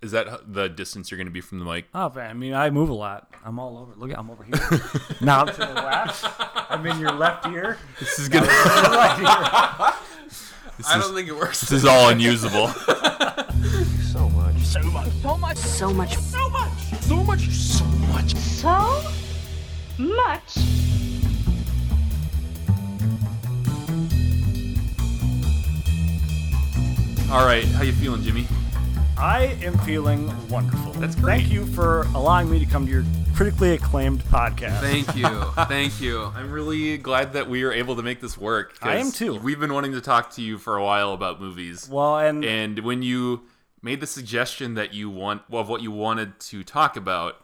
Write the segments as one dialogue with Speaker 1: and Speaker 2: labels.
Speaker 1: Is that the distance you're going to be from the mic?
Speaker 2: Oh, man, I mean, I move a lot. I'm all over. Look, at I'm over here. now I'm to the left. I'm in your left ear.
Speaker 1: This is gonna.
Speaker 3: I don't think it works.
Speaker 1: this is all unusable.
Speaker 4: so much
Speaker 5: so much.
Speaker 1: all right, how you feeling, Jimmy?
Speaker 2: I am feeling wonderful.
Speaker 1: That's great.
Speaker 2: Thank you for allowing me to come to your critically acclaimed podcast.
Speaker 3: Thank you. Thank you.
Speaker 1: I'm really glad that we are able to make this work. 'cause
Speaker 2: I am too.
Speaker 1: We've been wanting to talk to you for a while about movies,
Speaker 2: well, and,
Speaker 1: and when you made the suggestion that you want well, of what you wanted to talk about,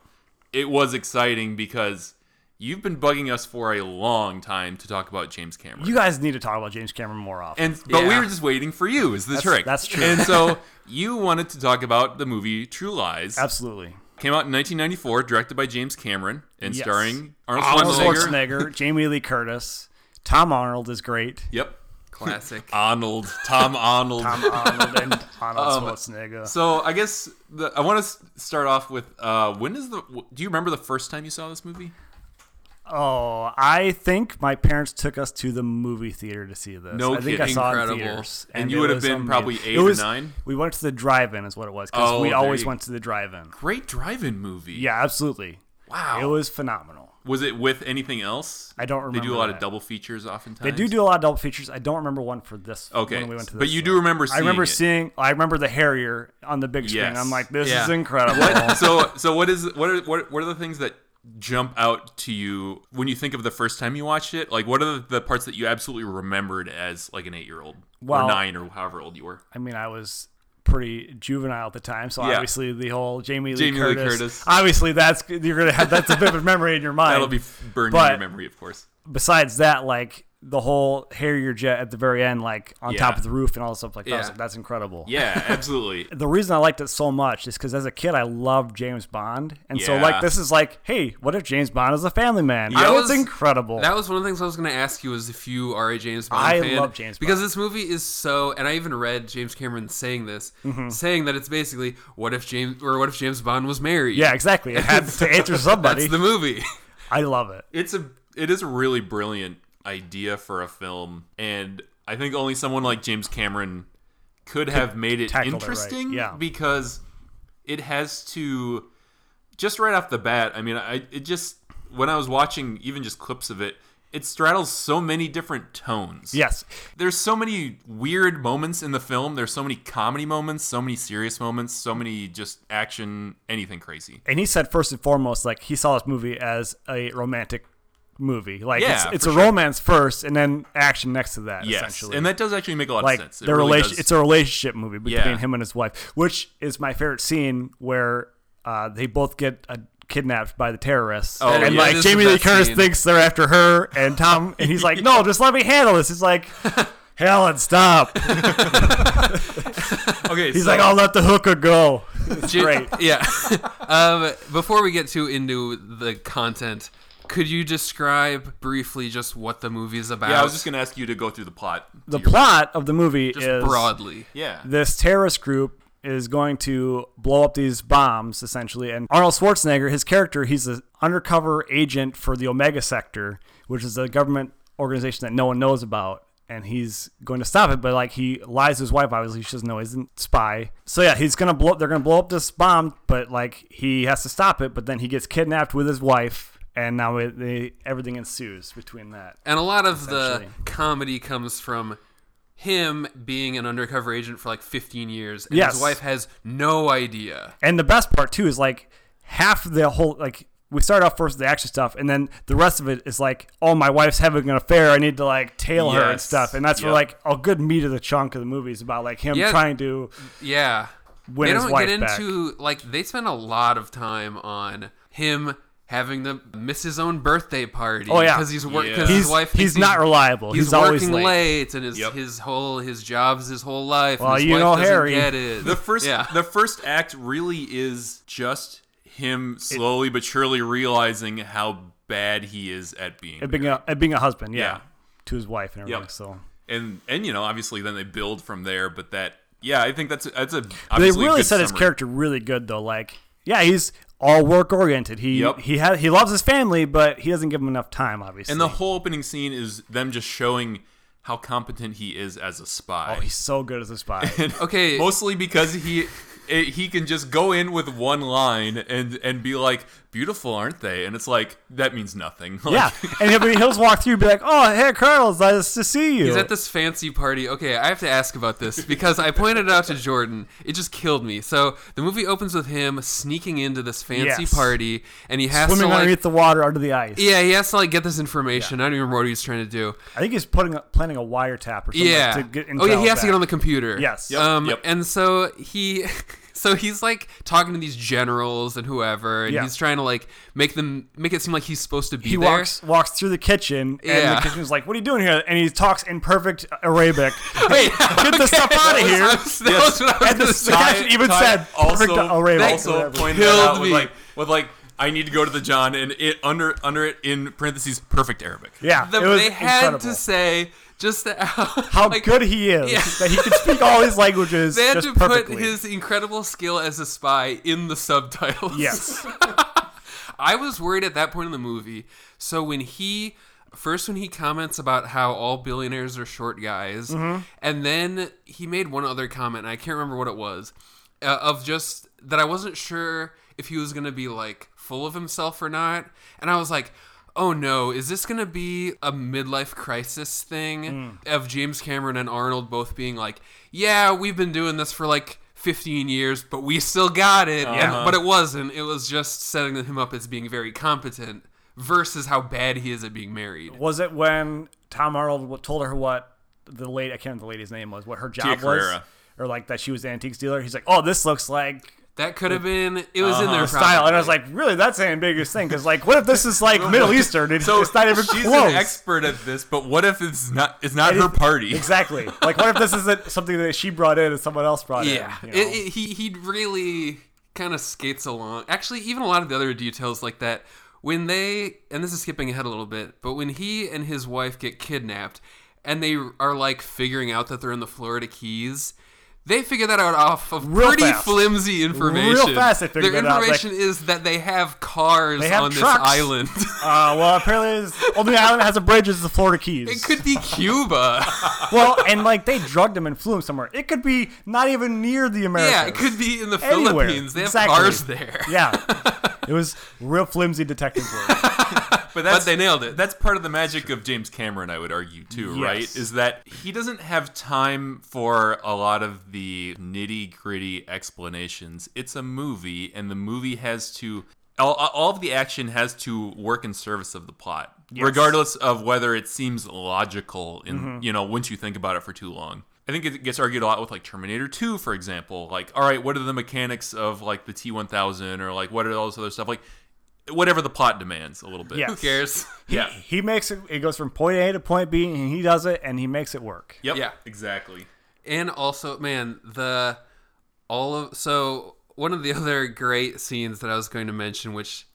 Speaker 1: it was exciting because you've been bugging us for a long time to talk about James Cameron.
Speaker 2: you guys need to talk about James Cameron more often.
Speaker 1: And but we
Speaker 3: Yeah.
Speaker 1: were just waiting for you is the trick.
Speaker 2: that's true.
Speaker 1: And so you wanted to talk about the movie True Lies.
Speaker 2: Absolutely.
Speaker 1: Came out in 1994, directed by James Cameron and
Speaker 2: Yes.
Speaker 1: starring Arnold
Speaker 2: Arnold
Speaker 1: Schwarzenegger.
Speaker 2: Schwarzenegger, Jamie Lee Curtis, Tom Arnold is great.
Speaker 1: Yep.
Speaker 3: Classic.
Speaker 1: Arnold, Tom Arnold.
Speaker 2: Arnold and Arnold Schwarzenegger.
Speaker 1: so I guess the, I want to start off with uh, when is the? Do you remember the first time you saw this movie?
Speaker 2: Oh, I think my parents took us to the movie theater to see this.
Speaker 1: No
Speaker 2: I think I
Speaker 1: kidding.
Speaker 2: saw it in
Speaker 3: Incredible.
Speaker 2: theaters,
Speaker 1: And you would
Speaker 2: it
Speaker 1: have
Speaker 2: was
Speaker 1: been probably
Speaker 2: amazing.
Speaker 1: eight
Speaker 2: It
Speaker 1: or
Speaker 2: was-
Speaker 1: nine?
Speaker 2: We went to the drive-in, is what it was, because
Speaker 1: Oh,
Speaker 2: we
Speaker 1: there
Speaker 2: always
Speaker 1: you-
Speaker 2: went to the drive-in.
Speaker 1: Great drive-in movie.
Speaker 2: Yeah, absolutely.
Speaker 1: Wow.
Speaker 2: It was phenomenal.
Speaker 1: was it with anything else?
Speaker 2: I don't
Speaker 1: They do
Speaker 2: remember
Speaker 1: a lot of
Speaker 2: that.
Speaker 1: double features oftentimes.
Speaker 2: They do do a lot of double features. I don't remember one for this.
Speaker 1: Okay,
Speaker 2: when we went to this
Speaker 1: but you
Speaker 2: one.
Speaker 1: do remember
Speaker 2: I remember
Speaker 1: seeing it.
Speaker 2: seeing. I remember the Harrier on the big screen.
Speaker 1: Yes.
Speaker 2: I'm like, this
Speaker 3: Yeah.
Speaker 2: is incredible.
Speaker 1: so so what is what are what, what are the things that jump out to you when you think of the first time you watched it like what are the, the parts that you absolutely remembered as like an eight year old or
Speaker 2: Well-
Speaker 1: nine or however old you were
Speaker 2: I mean, I was pretty juvenile at the time, so
Speaker 1: Yeah.
Speaker 2: obviously the whole Jamie Lee,
Speaker 1: Jamie Lee
Speaker 2: Curtis,
Speaker 1: Curtis.
Speaker 2: Obviously, that's you're gonna have that's a vivid memory in your mind.
Speaker 1: that'll be burned in your
Speaker 2: but-
Speaker 1: memory of course
Speaker 2: Besides that, like the whole Harrier jet at the very end, like on
Speaker 1: Yeah.
Speaker 2: top of the roof and all this stuff like that. I was
Speaker 3: Yeah.
Speaker 2: like, that's incredible.
Speaker 1: yeah absolutely
Speaker 2: The reason I liked it so much is because as a kid I loved James Bond, and so
Speaker 1: Yeah.
Speaker 2: like this is like, hey, what if James Bond is a family man?
Speaker 3: That
Speaker 2: That
Speaker 3: was-
Speaker 2: was incredible.
Speaker 3: That was one of the things I was going to ask you was if you are a James Bond
Speaker 2: I
Speaker 3: fan.
Speaker 2: love James
Speaker 3: because
Speaker 2: Bond.
Speaker 3: this movie is so, and I even read James Cameron saying this, saying that it's basically what if James or what if James Bond was married?
Speaker 2: yeah, exactly. It had to answer somebody.
Speaker 3: that's the movie.
Speaker 2: I love it.
Speaker 1: it's a it is a really brilliant idea for a film and i think only someone like james cameron could have made it
Speaker 2: tackle it right,
Speaker 1: interesting
Speaker 2: yeah.
Speaker 1: because it has to just right off the bat i mean i it just when i was watching even just clips of it it straddles so many different tones
Speaker 2: Yes,
Speaker 1: there's so many weird moments in the film there's so many comedy moments so many serious moments so many just action anything crazy
Speaker 2: and he said first and foremost, like he saw this movie as a romantic movie. Like
Speaker 1: Yeah,
Speaker 2: it's, it's
Speaker 1: for
Speaker 2: a
Speaker 1: sure.
Speaker 2: romance first, and then action next to that.
Speaker 1: yes
Speaker 2: essentially.
Speaker 1: and that does actually make a lot
Speaker 2: like
Speaker 1: of sense It
Speaker 2: their
Speaker 1: really
Speaker 2: relation,
Speaker 1: does.
Speaker 2: it's a relationship movie between
Speaker 1: Yeah.
Speaker 2: him and his wife, which is my favorite scene where uh, they both get uh, kidnapped by the terrorists,
Speaker 1: Oh,
Speaker 2: and
Speaker 1: yeah.
Speaker 2: like
Speaker 3: That is
Speaker 2: Jamie
Speaker 3: the
Speaker 2: Lee
Speaker 3: best
Speaker 2: Curtis
Speaker 3: scene.
Speaker 2: thinks they're after her, and Tom, and he's like, "No, just let me handle this." He's like. Helen, stop!
Speaker 1: okay
Speaker 2: He's like, "Oh, "I'll let the hooker go." It's
Speaker 3: Jim-
Speaker 2: great.
Speaker 3: Yeah. um, before we get too into the content, could you describe briefly just what the movie is about?
Speaker 1: Yeah, I was just gonna ask you to go through the plot.
Speaker 2: The plot of the movie is
Speaker 3: Just broadly.
Speaker 1: Yeah.
Speaker 2: this terrorist group is going to blow up these bombs essentially and arnold schwarzenegger his character he's an undercover agent for the omega sector which is a government organization that no one knows about and he's going to stop it but like he lies to his wife obviously she doesn't know he's a spy so yeah he's gonna blow they're gonna blow up this bomb but like he has to stop it but then he gets kidnapped with his wife and now it, they, everything ensues between that
Speaker 3: And a lot of the
Speaker 2: Essentially.
Speaker 3: comedy comes from him being an undercover agent for like 15 years, and
Speaker 2: Yes.
Speaker 3: his wife has no idea.
Speaker 2: And the best part too is like half of the whole like we start off first with the action stuff, and then the rest of it is like, oh, my wife's having an affair. I need to like tail her and
Speaker 1: Yes.
Speaker 2: stuff, and that's where
Speaker 1: Yep.
Speaker 2: like a good meat of the chunk of the movie is about like him
Speaker 3: Yeah.
Speaker 2: trying to.
Speaker 3: Yeah.
Speaker 2: Win
Speaker 3: they
Speaker 2: his
Speaker 3: don't
Speaker 2: wife
Speaker 3: get
Speaker 2: back.
Speaker 3: into like they spend a lot of time on him having to miss his own birthday party.
Speaker 2: Oh, yeah.
Speaker 3: because he's work
Speaker 1: Yeah.
Speaker 3: because
Speaker 2: He's
Speaker 3: his wife. thinks
Speaker 2: he's not reliable.
Speaker 3: He's,
Speaker 2: He's, always
Speaker 3: working
Speaker 2: late.
Speaker 3: late. and his
Speaker 1: Yep.
Speaker 3: his whole his job's his whole life.
Speaker 2: Well,
Speaker 3: and his
Speaker 2: you
Speaker 3: wife
Speaker 2: know
Speaker 3: doesn't
Speaker 2: Harry.
Speaker 3: Get it.
Speaker 1: The first
Speaker 3: yeah.
Speaker 1: the first act really is just him slowly but surely realizing how bad he is at being
Speaker 2: At being a at being a husband, yeah,
Speaker 1: Yeah.
Speaker 2: to his wife and everything.
Speaker 1: Yep.
Speaker 2: So
Speaker 1: and and you know obviously then they build from there but that yeah, I think that's that's a.
Speaker 2: They
Speaker 1: obviously a
Speaker 2: really
Speaker 1: good
Speaker 2: set his
Speaker 1: summary.
Speaker 2: character really good though. Like, yeah, he's all work oriented. He
Speaker 1: Yep.
Speaker 2: he had he loves his family, but he doesn't give him enough time. Obviously,
Speaker 1: And the whole opening scene is them just showing how competent he is as a spy.
Speaker 2: Oh, he's so good as a spy.
Speaker 3: Okay,
Speaker 1: Mostly because he it, he can just go in with one line and and be like, "Beautiful, aren't they?" And it's like that means nothing. Like,
Speaker 2: yeah, and he'll, be, he'll just walk through, and be like, "Oh, hey, Colonel, it's nice to see you."
Speaker 3: He's at this fancy party. Okay, I have to ask about this because I pointed it out to Jordan. It just killed me. So the movie opens with him sneaking into this fancy
Speaker 2: Yes.
Speaker 3: party, and he has
Speaker 2: swimming
Speaker 3: to like,
Speaker 2: underneath the water under the ice.
Speaker 3: yeah, he has to like get this information. I don't even remember what he was trying to do.
Speaker 2: I think he's putting planning a wiretap or something.
Speaker 3: Yeah.
Speaker 2: to get
Speaker 3: oh yeah,
Speaker 2: intel
Speaker 3: he has to
Speaker 2: back.
Speaker 3: get on the computer.
Speaker 2: Yes. Yep,
Speaker 3: Um,
Speaker 1: yep.
Speaker 3: and so he, so he's like talking to these generals and whoever, and
Speaker 2: Yeah.
Speaker 3: he's trying to like make them make it seem like he's supposed to be
Speaker 2: He
Speaker 3: there.
Speaker 2: walks walks through the kitchen, and
Speaker 3: Yeah.
Speaker 2: the kitchen's like, "What are you doing here?" And he talks in perfect Arabic.
Speaker 3: Wait,
Speaker 2: Get this stuff outta here.
Speaker 3: That was, that was what I was
Speaker 2: And
Speaker 3: gonna
Speaker 2: the
Speaker 3: say.
Speaker 2: guy even said,
Speaker 1: also,
Speaker 2: "Perfect Arabic," or
Speaker 1: also
Speaker 2: whatever.
Speaker 1: pointed that
Speaker 3: Killed
Speaker 1: out with
Speaker 3: me.
Speaker 1: like with like I need to go to the John and it under under it in parentheses perfect Arabic.
Speaker 2: Yeah,
Speaker 3: the,
Speaker 2: it was
Speaker 3: they had
Speaker 2: incredible.
Speaker 3: to say just that,
Speaker 2: how
Speaker 3: like,
Speaker 2: good he is
Speaker 3: Yeah.
Speaker 2: that he can speak all these languages
Speaker 3: They had
Speaker 2: just
Speaker 3: to
Speaker 2: perfectly.
Speaker 3: put his incredible skill as a spy in the subtitles.
Speaker 2: yes,
Speaker 3: I was worried at that point in the movie. So when he first when he comments about how all billionaires are short guys,
Speaker 2: Mm-hmm.
Speaker 3: and then he made one other comment, and I can't remember what it was, uh, of just that I wasn't sure if he was gonna be like full of himself or not, and I was like. Oh no, is this going to be a midlife crisis thing
Speaker 2: Hmm.
Speaker 3: of James Cameron and Arnold both being like, "Yeah, we've been doing this for like 15 years, but we still got it." And-
Speaker 2: Uh-huh.
Speaker 3: but it wasn't. It was just setting him up as being very competent versus how bad he is at being married.
Speaker 2: was it when Tom Arnold told her what the late I can't remember the lady's name was, what her job
Speaker 1: Tia
Speaker 2: was,
Speaker 1: Carrera.
Speaker 2: or like that she was an antiques dealer? He's like, "Oh, this looks like."
Speaker 3: That could have been. It was in their
Speaker 2: Uh, Uh-huh. Style and I was
Speaker 3: probably.
Speaker 2: like, really? That's an ambiguous thing because, like, what if this is like Middle Eastern? And
Speaker 1: So
Speaker 2: it's not even
Speaker 1: she's
Speaker 2: close.
Speaker 1: an expert at this, but what if it's not it's not
Speaker 2: It is-
Speaker 1: her party?
Speaker 2: Exactly. Like, what if this isn't something that she brought in and someone else brought
Speaker 3: yeah.
Speaker 2: in? you know?
Speaker 3: It- it- he he really kind of skates along. Actually, even a lot of the other details like that. When they and this is skipping ahead a little bit, but when he and his wife get kidnapped, and they are like figuring out that they're in the Florida Keys. They figure that out off of
Speaker 2: Real
Speaker 3: pretty
Speaker 2: fast.
Speaker 3: flimsy information.
Speaker 2: fast they figure
Speaker 3: Their
Speaker 2: that out, like-
Speaker 3: information is that they have cars
Speaker 2: They have
Speaker 3: on
Speaker 2: trucks.
Speaker 3: this island.
Speaker 2: Uh, well, apparently, it's- only island that has a bridge is the Florida Keys.
Speaker 3: it could be Cuba.
Speaker 2: well, and like they drugged him and flew him somewhere. It could be not even near the Americas.
Speaker 3: Yeah, it could be in the
Speaker 2: Anywhere.
Speaker 3: Philippines. They have
Speaker 2: Exactly.
Speaker 3: cars there.
Speaker 2: Yeah, it was real flimsy detective work.
Speaker 1: But, that's,
Speaker 3: But they nailed it.
Speaker 1: That's part of the magic of James Cameron, I would argue, too,
Speaker 2: Yes.
Speaker 1: right? Is that he doesn't have time for a lot of the nitty gritty explanations. It's a movie, and the movie has to. All, all of the action has to work in service of the plot, regardless of whether it seems logical. In
Speaker 3: Mm-hmm.
Speaker 1: you know, once you think about it for too long, I think it gets argued a lot with like Terminator Two, for example. Like, all right, what are the mechanics of like the T one thousand, or like what are all this other stuff? Like, whatever the plot demands, a little bit.
Speaker 2: Yes.
Speaker 3: Who cares?
Speaker 1: Yeah.
Speaker 2: He makes it. It goes from point A to point B, and he does it, and he makes it work.
Speaker 1: Yep.
Speaker 3: Yeah.
Speaker 1: Exactly.
Speaker 3: And also, man, the all of so one of the other great scenes that I was going to mention, which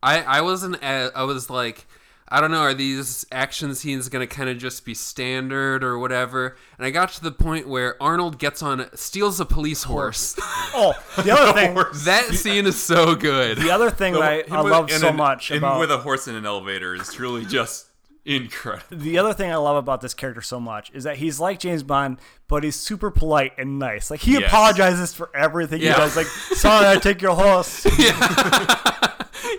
Speaker 3: I I wasn't a- I was like I don't know are these action scenes going to kind of just be standard or whatever? And I got to the point where Arnold gets on steals a police horse.
Speaker 2: Oh, the other thing.
Speaker 3: that scene is so good.
Speaker 2: The other thing that I, I
Speaker 1: Him with-
Speaker 2: love
Speaker 1: and
Speaker 2: so
Speaker 1: an-
Speaker 2: much
Speaker 1: him
Speaker 2: about
Speaker 1: with a horse in an elevator is truly just incredible.
Speaker 2: the other thing I love about this character so much is that he's like James Bond, but he's super polite and nice. Like he
Speaker 1: Yes.
Speaker 2: apologizes for everything
Speaker 3: Yeah.
Speaker 2: he does. Like, sorry, I took your horse.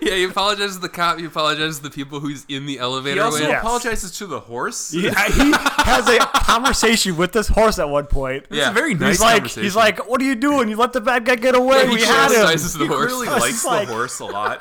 Speaker 3: Yeah, he apologizes to the cop. He apologizes to the people who's in the elevator.
Speaker 1: He also
Speaker 3: with.
Speaker 2: Yes.
Speaker 1: apologizes to the horse.
Speaker 2: he, he has a conversation with this horse at one point.
Speaker 1: It's a very nice
Speaker 2: He's like,
Speaker 1: conversation.
Speaker 2: he's like, what are you doing? You let the bad guy get away.
Speaker 3: Yeah, he
Speaker 2: we had him.
Speaker 3: criticizes
Speaker 1: he
Speaker 3: the horse.
Speaker 1: really
Speaker 2: was
Speaker 1: likes
Speaker 2: like-
Speaker 1: the horse a lot.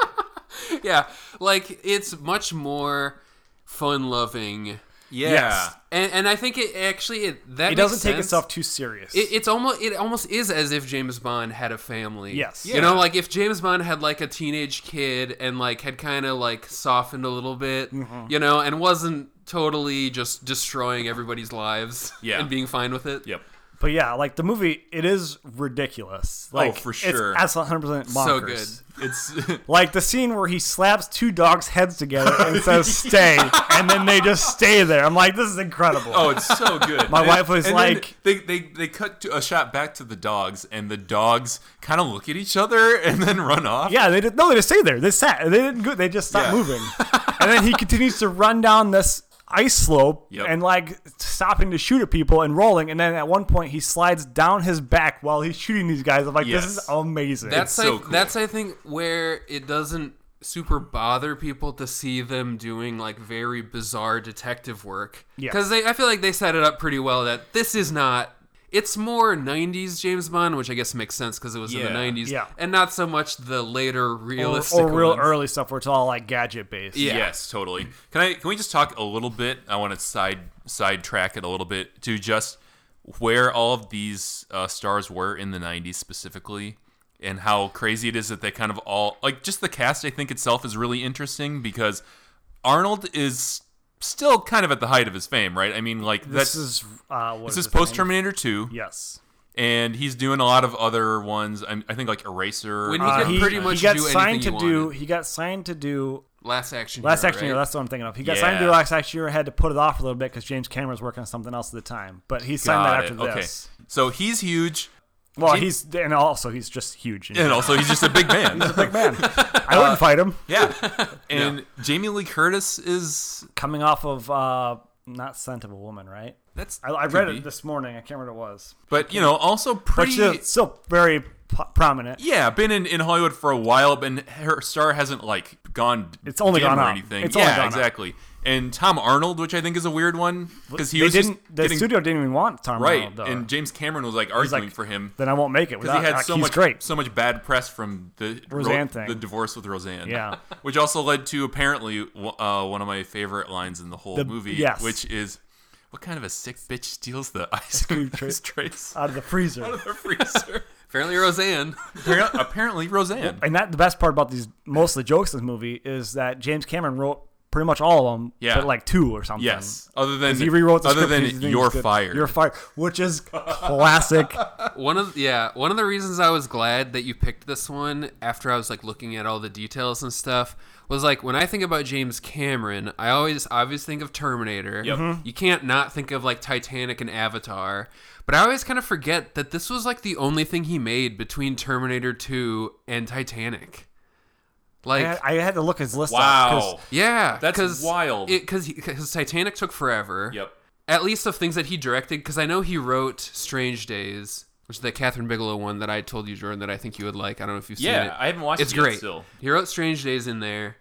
Speaker 3: yeah like it's much more fun loving
Speaker 1: Yeah.
Speaker 2: Yes.
Speaker 3: and, and i think it actually it that
Speaker 2: It
Speaker 3: makes
Speaker 2: doesn't take
Speaker 3: sense.
Speaker 2: itself too serious.
Speaker 3: it, it's almost it almost is as if James Bond had a family.
Speaker 2: Yes.
Speaker 3: you know,
Speaker 1: Yeah.
Speaker 3: like if James Bond had like a teenage kid and like had kind of like softened a little bit,
Speaker 2: Mm-hmm.
Speaker 3: you know, and wasn't totally just destroying everybody's lives
Speaker 1: Yeah.
Speaker 3: and being fine with it.
Speaker 1: Yep.
Speaker 2: But yeah, like the movie, it is ridiculous. Like,
Speaker 1: for sure.
Speaker 2: it's absolutely 100 percent
Speaker 3: Oh, So
Speaker 2: bonkers.
Speaker 3: good.
Speaker 1: It's
Speaker 2: Like the scene where he slaps two dogs' heads together and says "stay," and then they just stay there. I'm like, this is incredible.
Speaker 1: oh, it's so good.
Speaker 2: My wife was
Speaker 1: and then
Speaker 2: like-
Speaker 1: they they they cut to a shot back to the dogs, and the dogs kind of look at each other and then run off.
Speaker 2: Yeah, they did, no, they just stayed there. They sat. They didn't go. They just stopped
Speaker 1: Yeah.
Speaker 2: moving. and then he continues to run down this ice slope
Speaker 1: Yep.
Speaker 2: and like stopping to shoot at people and rolling. And then at one point he slides down his back while he's shooting these guys. I'm like, this
Speaker 1: Yes.
Speaker 2: is amazing.
Speaker 3: That's
Speaker 1: so
Speaker 3: like
Speaker 1: cool.
Speaker 3: that's I think where it doesn't super bother people to see them doing like very bizarre detective work.
Speaker 2: Yeah.
Speaker 3: Because they I feel like they set it up pretty well that this is not it's more 90s James Bond, which I guess makes sense because it was
Speaker 1: Yeah.
Speaker 3: in the 90s,
Speaker 2: Yeah.
Speaker 3: and not so much the later
Speaker 2: or,
Speaker 3: realistic
Speaker 2: or real
Speaker 3: ones.
Speaker 2: early stuff where it's all like gadget based.
Speaker 3: Yeah.
Speaker 1: Yes, totally. Can I? Can we just talk a little bit? I want to side sidetrack it a little bit to just where all of these uh, stars were in the '90s specifically, and how crazy it is that they kind of all like just the cast. I think itself is really interesting because Arnold is still kind of at the height of his fame, right? I mean, like
Speaker 2: This
Speaker 1: that's
Speaker 2: is uh, what
Speaker 1: this
Speaker 2: is
Speaker 1: is
Speaker 2: his name?
Speaker 1: post Terminator Two,
Speaker 2: Yes.
Speaker 1: and he's doing a lot of other ones. I, I think like Eraser.
Speaker 3: When he Uh, could pretty much
Speaker 2: he got
Speaker 3: do anything
Speaker 2: signed
Speaker 3: he
Speaker 2: to do.
Speaker 3: wanted.
Speaker 2: He got signed to do
Speaker 3: Last action.
Speaker 2: Last
Speaker 3: Hero,
Speaker 2: Action Hero.
Speaker 3: right?
Speaker 2: That's what I'm thinking of. He got signed to do
Speaker 1: Yeah.
Speaker 2: Last Action Hero. Had to put it off a little bit because James Cameron was working on something else at the time. But he signed
Speaker 1: Got
Speaker 2: that after
Speaker 1: it. Okay,
Speaker 2: this.
Speaker 1: so he's huge,
Speaker 2: Well,
Speaker 1: Jim-
Speaker 2: he's and also he's just huge.
Speaker 1: and also he's just a big man.
Speaker 2: big man. I wouldn't fight him.
Speaker 1: Yeah. And Jamie Lee Curtis is
Speaker 2: Coming off of uh, not scent of a woman, right?
Speaker 1: that's
Speaker 2: I, I
Speaker 1: could
Speaker 2: read
Speaker 1: be.
Speaker 2: it this morning. I can't remember what it was,
Speaker 1: but you know, also
Speaker 2: but
Speaker 1: pretty
Speaker 2: still, still very p- prominent.
Speaker 1: yeah, been in, in Hollywood for a while, but her star hasn't like gone
Speaker 2: It's only
Speaker 1: dim
Speaker 2: gone
Speaker 1: or
Speaker 2: up.
Speaker 1: anything.
Speaker 2: It's
Speaker 1: yeah,
Speaker 2: only gone up.
Speaker 1: exactly. And Tom Arnold, which I think is a weird one because he
Speaker 2: they
Speaker 1: was just
Speaker 2: didn't. The
Speaker 1: getting-
Speaker 2: studio didn't even want Tom
Speaker 1: right,
Speaker 2: Arnold, though.
Speaker 1: and James Cameron was like
Speaker 2: He's like,
Speaker 1: arguing for him
Speaker 2: Then I won't make it.
Speaker 1: because
Speaker 2: Without,
Speaker 1: he had
Speaker 2: like,
Speaker 1: so
Speaker 2: he's
Speaker 1: much
Speaker 2: great.
Speaker 1: so much bad press from the Ro-
Speaker 2: Roseanne thing.
Speaker 1: the divorce with Roseanne.
Speaker 2: Yeah.
Speaker 1: which also led to apparently uh, one of my favorite lines in the whole
Speaker 2: The-
Speaker 1: movie,
Speaker 2: yes.
Speaker 1: which is. What kind of a sick bitch steals the ice cream
Speaker 2: tray.
Speaker 1: trays?
Speaker 2: out of the freezer.
Speaker 1: the freezer.
Speaker 3: Apparently Roseanne.
Speaker 1: Appar- Apparently, Roseanne.
Speaker 2: And that the best part about these most of the jokes in this movie is that James Cameron wrote pretty much all of them,
Speaker 1: Yeah.
Speaker 2: but like two or something.
Speaker 1: Yes. Other than
Speaker 2: He rewrote the
Speaker 1: other
Speaker 2: script
Speaker 1: than
Speaker 2: because he thinks
Speaker 1: you're
Speaker 2: it's good.
Speaker 1: fired.
Speaker 2: You're fired, which is classic
Speaker 3: One of yeah, one of the reasons I was glad that you picked this one after I was like looking at all the details and stuff was like when I think about James Cameron, I always always think of Terminator.
Speaker 1: Yep. Mhm.
Speaker 3: You can't not think of like Titanic and Avatar. But I always kind of forget that this was like the only thing he made between Terminator 2 and Titanic. Like
Speaker 2: I, I had to look his list. up, 'cause
Speaker 1: wow.
Speaker 3: yeah,
Speaker 1: That's
Speaker 3: 'cause
Speaker 1: wild.
Speaker 3: It because because Titanic took forever.
Speaker 1: Yep.
Speaker 3: At least of things that he directed, because I know he wrote Strange Days, which is the Catherine Bigelow one that I told you, Jordan, that I think you would like. I don't know if you've seen
Speaker 1: Yeah,
Speaker 3: it.
Speaker 1: I haven't watched
Speaker 3: it's
Speaker 1: it yet
Speaker 3: great.
Speaker 1: still.
Speaker 3: He wrote Strange Days in there,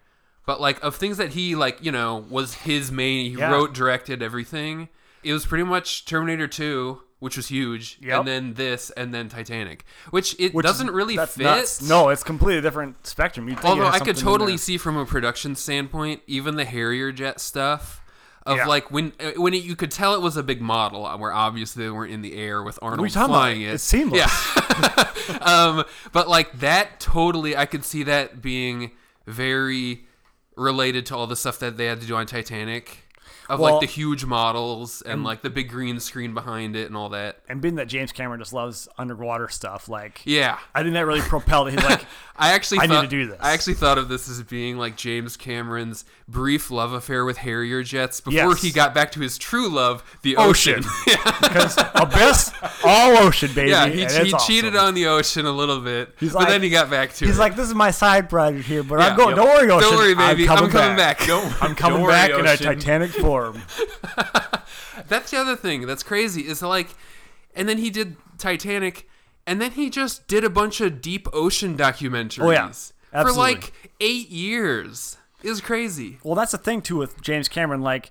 Speaker 3: but like of things that he like, you know, was his main. He
Speaker 2: Yeah.
Speaker 3: wrote, directed everything. It was pretty much Terminator Two, which was huge,
Speaker 2: Yep.
Speaker 3: and then this, and then Titanic, which it
Speaker 2: which
Speaker 3: doesn't really
Speaker 2: that's
Speaker 3: fit.
Speaker 2: nuts. No, it's completely different spectrum. You'd think it
Speaker 3: Although
Speaker 2: has
Speaker 3: I could
Speaker 2: something in
Speaker 3: totally
Speaker 2: there.
Speaker 3: see from a production standpoint, even the Harrier jet stuff of
Speaker 2: Yeah.
Speaker 3: like when uh, when it, you could tell it was a big model, uh, where obviously they weren't in the air with
Speaker 2: What are
Speaker 3: Arnold
Speaker 2: you talking about?
Speaker 3: flying it.
Speaker 2: It's seamless.
Speaker 3: Um, but like that, totally, I could see that being very related to all the stuff that they had to do on Titanic, of
Speaker 2: Well-
Speaker 3: like the huge models and like the big green screen behind it and all that.
Speaker 2: And being that James Cameron just loves underwater stuff, like
Speaker 3: Yeah.
Speaker 2: I think that really propelled. it. He's like,
Speaker 3: I actually
Speaker 2: I need
Speaker 3: thought,
Speaker 2: to do this.
Speaker 3: I actually thought of this as being like James Cameron's brief love affair with Harrier jets before
Speaker 2: Yes.
Speaker 3: he got back to his true love, the
Speaker 2: Ocean.
Speaker 3: ocean.
Speaker 2: because abyss, all ocean, baby.
Speaker 3: yeah, he,
Speaker 2: and
Speaker 3: he
Speaker 2: it's awesome.
Speaker 3: cheated on the ocean a little bit,
Speaker 2: He's
Speaker 3: but
Speaker 2: like-
Speaker 3: then he got back to
Speaker 2: He's
Speaker 3: it.
Speaker 2: like, this is my side project here, but
Speaker 3: Yeah.
Speaker 2: I'm going.
Speaker 3: Yep.
Speaker 2: Don't worry, Ocean.
Speaker 3: Don't worry, baby.
Speaker 2: I'm coming,
Speaker 3: back.
Speaker 2: I'm coming
Speaker 1: Don't worry,
Speaker 2: back in a
Speaker 1: Ocean.
Speaker 2: Titanic form.
Speaker 3: That's the other thing that's crazy is like, and then he did Titanic, and then he just did a bunch of deep ocean documentaries
Speaker 2: Oh, yeah.
Speaker 3: for
Speaker 2: Absolutely.
Speaker 3: like eight years. Is crazy.
Speaker 2: Well, that's the thing too with James Cameron. Like,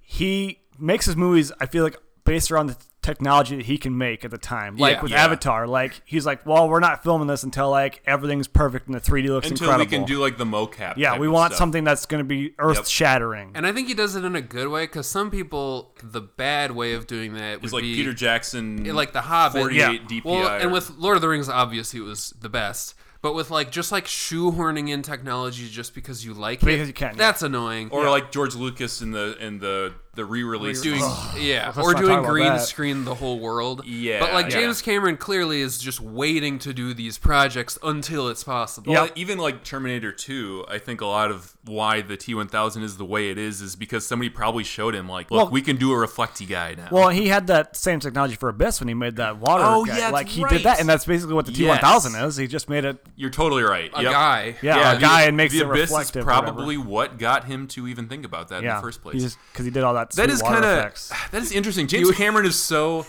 Speaker 2: he makes his movies. I feel like based around the technology that he can make at the time. Like
Speaker 3: Yeah.
Speaker 2: with
Speaker 1: Yeah.
Speaker 2: Avatar, like he's like, well, we're not filming this until like everything's perfect and the 3D looks
Speaker 1: Until
Speaker 2: incredible.
Speaker 1: we can do like the mocap.
Speaker 2: yeah,
Speaker 1: type
Speaker 2: we
Speaker 1: of
Speaker 2: want
Speaker 1: stuff.
Speaker 2: something that's going to be earth shattering.
Speaker 3: And I think he does it in a good way because some people, the bad way of doing that
Speaker 1: It's
Speaker 3: would
Speaker 1: like
Speaker 3: be
Speaker 1: Peter Jackson,
Speaker 3: it- like the Hobbit.
Speaker 1: 48
Speaker 2: Yeah.
Speaker 1: DPI.
Speaker 3: Well,
Speaker 1: or-
Speaker 3: and with Lord of the Rings, obviously it was the best. But with like just like shoehorning in technology just because you like it,
Speaker 2: Because you can, yeah.
Speaker 3: That's annoying.
Speaker 1: or like George Lucas in the in the the re-release.
Speaker 3: doing yeah
Speaker 2: let's
Speaker 3: or
Speaker 2: not
Speaker 3: doing
Speaker 2: talk about
Speaker 3: green
Speaker 2: that.
Speaker 3: screen the whole world
Speaker 1: Yeah,
Speaker 3: but like
Speaker 1: yeah.
Speaker 3: james cameron clearly is just waiting to do these projects until it's possible
Speaker 1: Well, even like Terminator 2, I think a lot of why the T1000 is the way it is is because somebody probably showed him like, look,
Speaker 2: Well-
Speaker 1: we can do a reflecty guy now.
Speaker 2: Well, he had that same technology for Abyss when he made that water.
Speaker 1: Oh,
Speaker 2: guy.
Speaker 1: yeah, that's
Speaker 2: like he
Speaker 1: right.
Speaker 2: did that, and that's basically what the
Speaker 1: Yes.
Speaker 2: T1000 is. He just made it.
Speaker 1: You're totally right.
Speaker 3: a
Speaker 1: Yep.
Speaker 3: guy
Speaker 2: Yeah, a
Speaker 1: the-
Speaker 2: guy and makes
Speaker 1: the
Speaker 2: it
Speaker 1: abyss
Speaker 2: reflective.
Speaker 1: is probably what got him to even think about that
Speaker 2: yeah,
Speaker 1: in the first place.
Speaker 2: because he did all that.
Speaker 1: that
Speaker 2: sweet
Speaker 1: is
Speaker 2: water
Speaker 1: kind of
Speaker 2: effects.
Speaker 1: that is interesting. James Cameron is so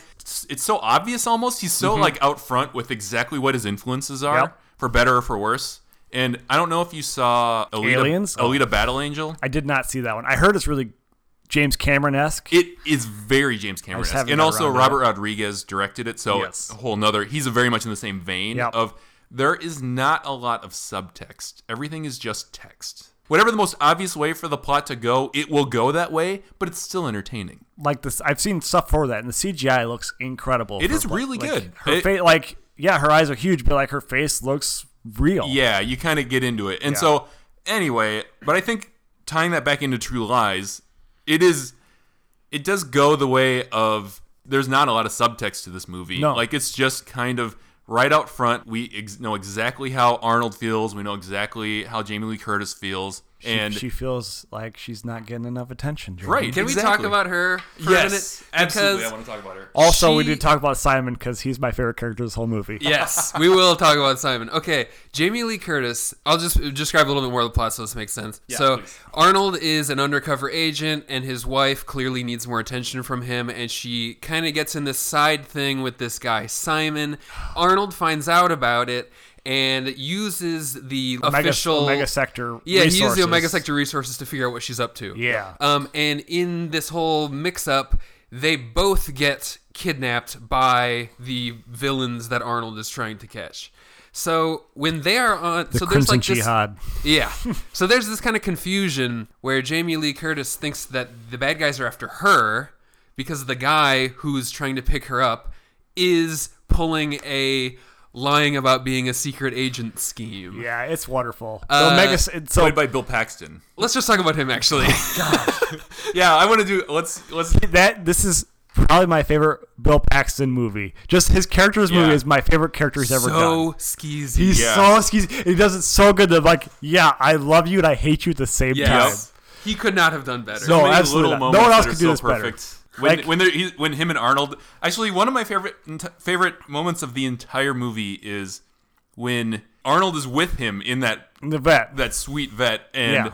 Speaker 1: it's so obvious almost. He's so like out front with exactly what his influences are,
Speaker 2: Mm-hmm. Yep.
Speaker 1: for better or for worse. And I don't know if you saw Alita,
Speaker 2: Aliens? Oh.
Speaker 1: Alita Battle Angel.
Speaker 2: I did not see that one. I heard it's really James Cameron esque.
Speaker 1: It is very James Cameron,
Speaker 2: haven't
Speaker 1: and
Speaker 2: got
Speaker 1: also
Speaker 2: around to
Speaker 1: Robert Rodriguez directed it, so
Speaker 2: Yes.
Speaker 1: a whole nother. He's a very much in the same vein
Speaker 2: Yep.
Speaker 1: of there is not a lot of subtext. Everything is just text. Whatever the most obvious way for the plot to go, it will go that way, but it's still entertaining.
Speaker 2: Like this, I've seen stuff for that, and the CGI looks incredible.
Speaker 1: It
Speaker 2: for
Speaker 1: is
Speaker 2: what-
Speaker 1: really
Speaker 2: like,
Speaker 1: good.
Speaker 2: Her
Speaker 1: It-
Speaker 2: face, like yeah, her eyes are huge, but like her face looks real.
Speaker 1: Yeah, you kind of get into it. And so, anyway, but I think tying that back into True Lies, it is, it does go the way of there's not a lot of subtext to this movie.
Speaker 2: No.
Speaker 1: Like, it's just kind of right out front. We ex- know exactly how Arnold feels, we know exactly how Jamie Lee Curtis feels.
Speaker 2: She,
Speaker 1: and
Speaker 2: she feels like she's not getting enough attention. Jordan.
Speaker 1: right,
Speaker 3: can we talk
Speaker 1: exactly.
Speaker 3: about her for
Speaker 1: Yes,
Speaker 3: a minute
Speaker 1: absolutely. I
Speaker 3: Because-
Speaker 1: want to talk about her.
Speaker 2: Also, we
Speaker 3: She-
Speaker 2: did talk about Simon because he's my favorite character this whole movie.
Speaker 3: yes, we will talk about Simon. Okay, Jamie Lee Curtis. I'll just describe a little bit more of the plot so this makes sense. so Arnold is an undercover agent, and his wife clearly needs more attention from him, and she kind of gets in this side thing with this guy Simon. Arnold finds out about it and uses the
Speaker 2: Omega,
Speaker 3: official
Speaker 2: Omega Sector.
Speaker 3: yeah, he used the
Speaker 2: resources.
Speaker 3: Omega Sector resources to figure out what she's up to.
Speaker 2: Yeah.
Speaker 3: Um, and in this whole mix-up, they both get kidnapped by the villains that Arnold is trying to catch. So when they are on, so there's
Speaker 2: Crimson
Speaker 3: like this,
Speaker 2: Jihad.
Speaker 3: yeah. So there's this kind of confusion where Jamie Lee Curtis thinks that the bad guys are after her because the guy who's trying to pick her up is pulling a lying about being a secret agent scheme.
Speaker 2: Yeah, it's wonderful.
Speaker 1: Uh,
Speaker 2: The Omega. it's So
Speaker 1: Played by Bill Paxton.
Speaker 3: Let's just talk about him actually.
Speaker 1: Yeah, I want to do. Let's let's
Speaker 2: that this is probably my favorite Bill Paxton movie. Just his character in this
Speaker 1: Yeah.
Speaker 2: movie is my favorite character he's ever done.
Speaker 3: so skeezy.
Speaker 2: He's
Speaker 1: Yeah.
Speaker 2: so skeezy. He does it so good that like, yeah, I love you and I hate you at the same time.
Speaker 3: Yes. He could not have done better.
Speaker 2: No,
Speaker 1: many
Speaker 2: absolutely.
Speaker 1: little
Speaker 2: not. No one
Speaker 1: moments
Speaker 2: else
Speaker 1: that
Speaker 2: could
Speaker 1: are
Speaker 2: do
Speaker 1: so
Speaker 2: this better.
Speaker 1: perfect. When
Speaker 2: Like-
Speaker 1: when they're, he, when him and Arnold actually one of my favorite ent- favorite moments of the entire movie is when Arnold is with him in that
Speaker 2: The vet.
Speaker 1: that sweet vet and
Speaker 2: Yeah.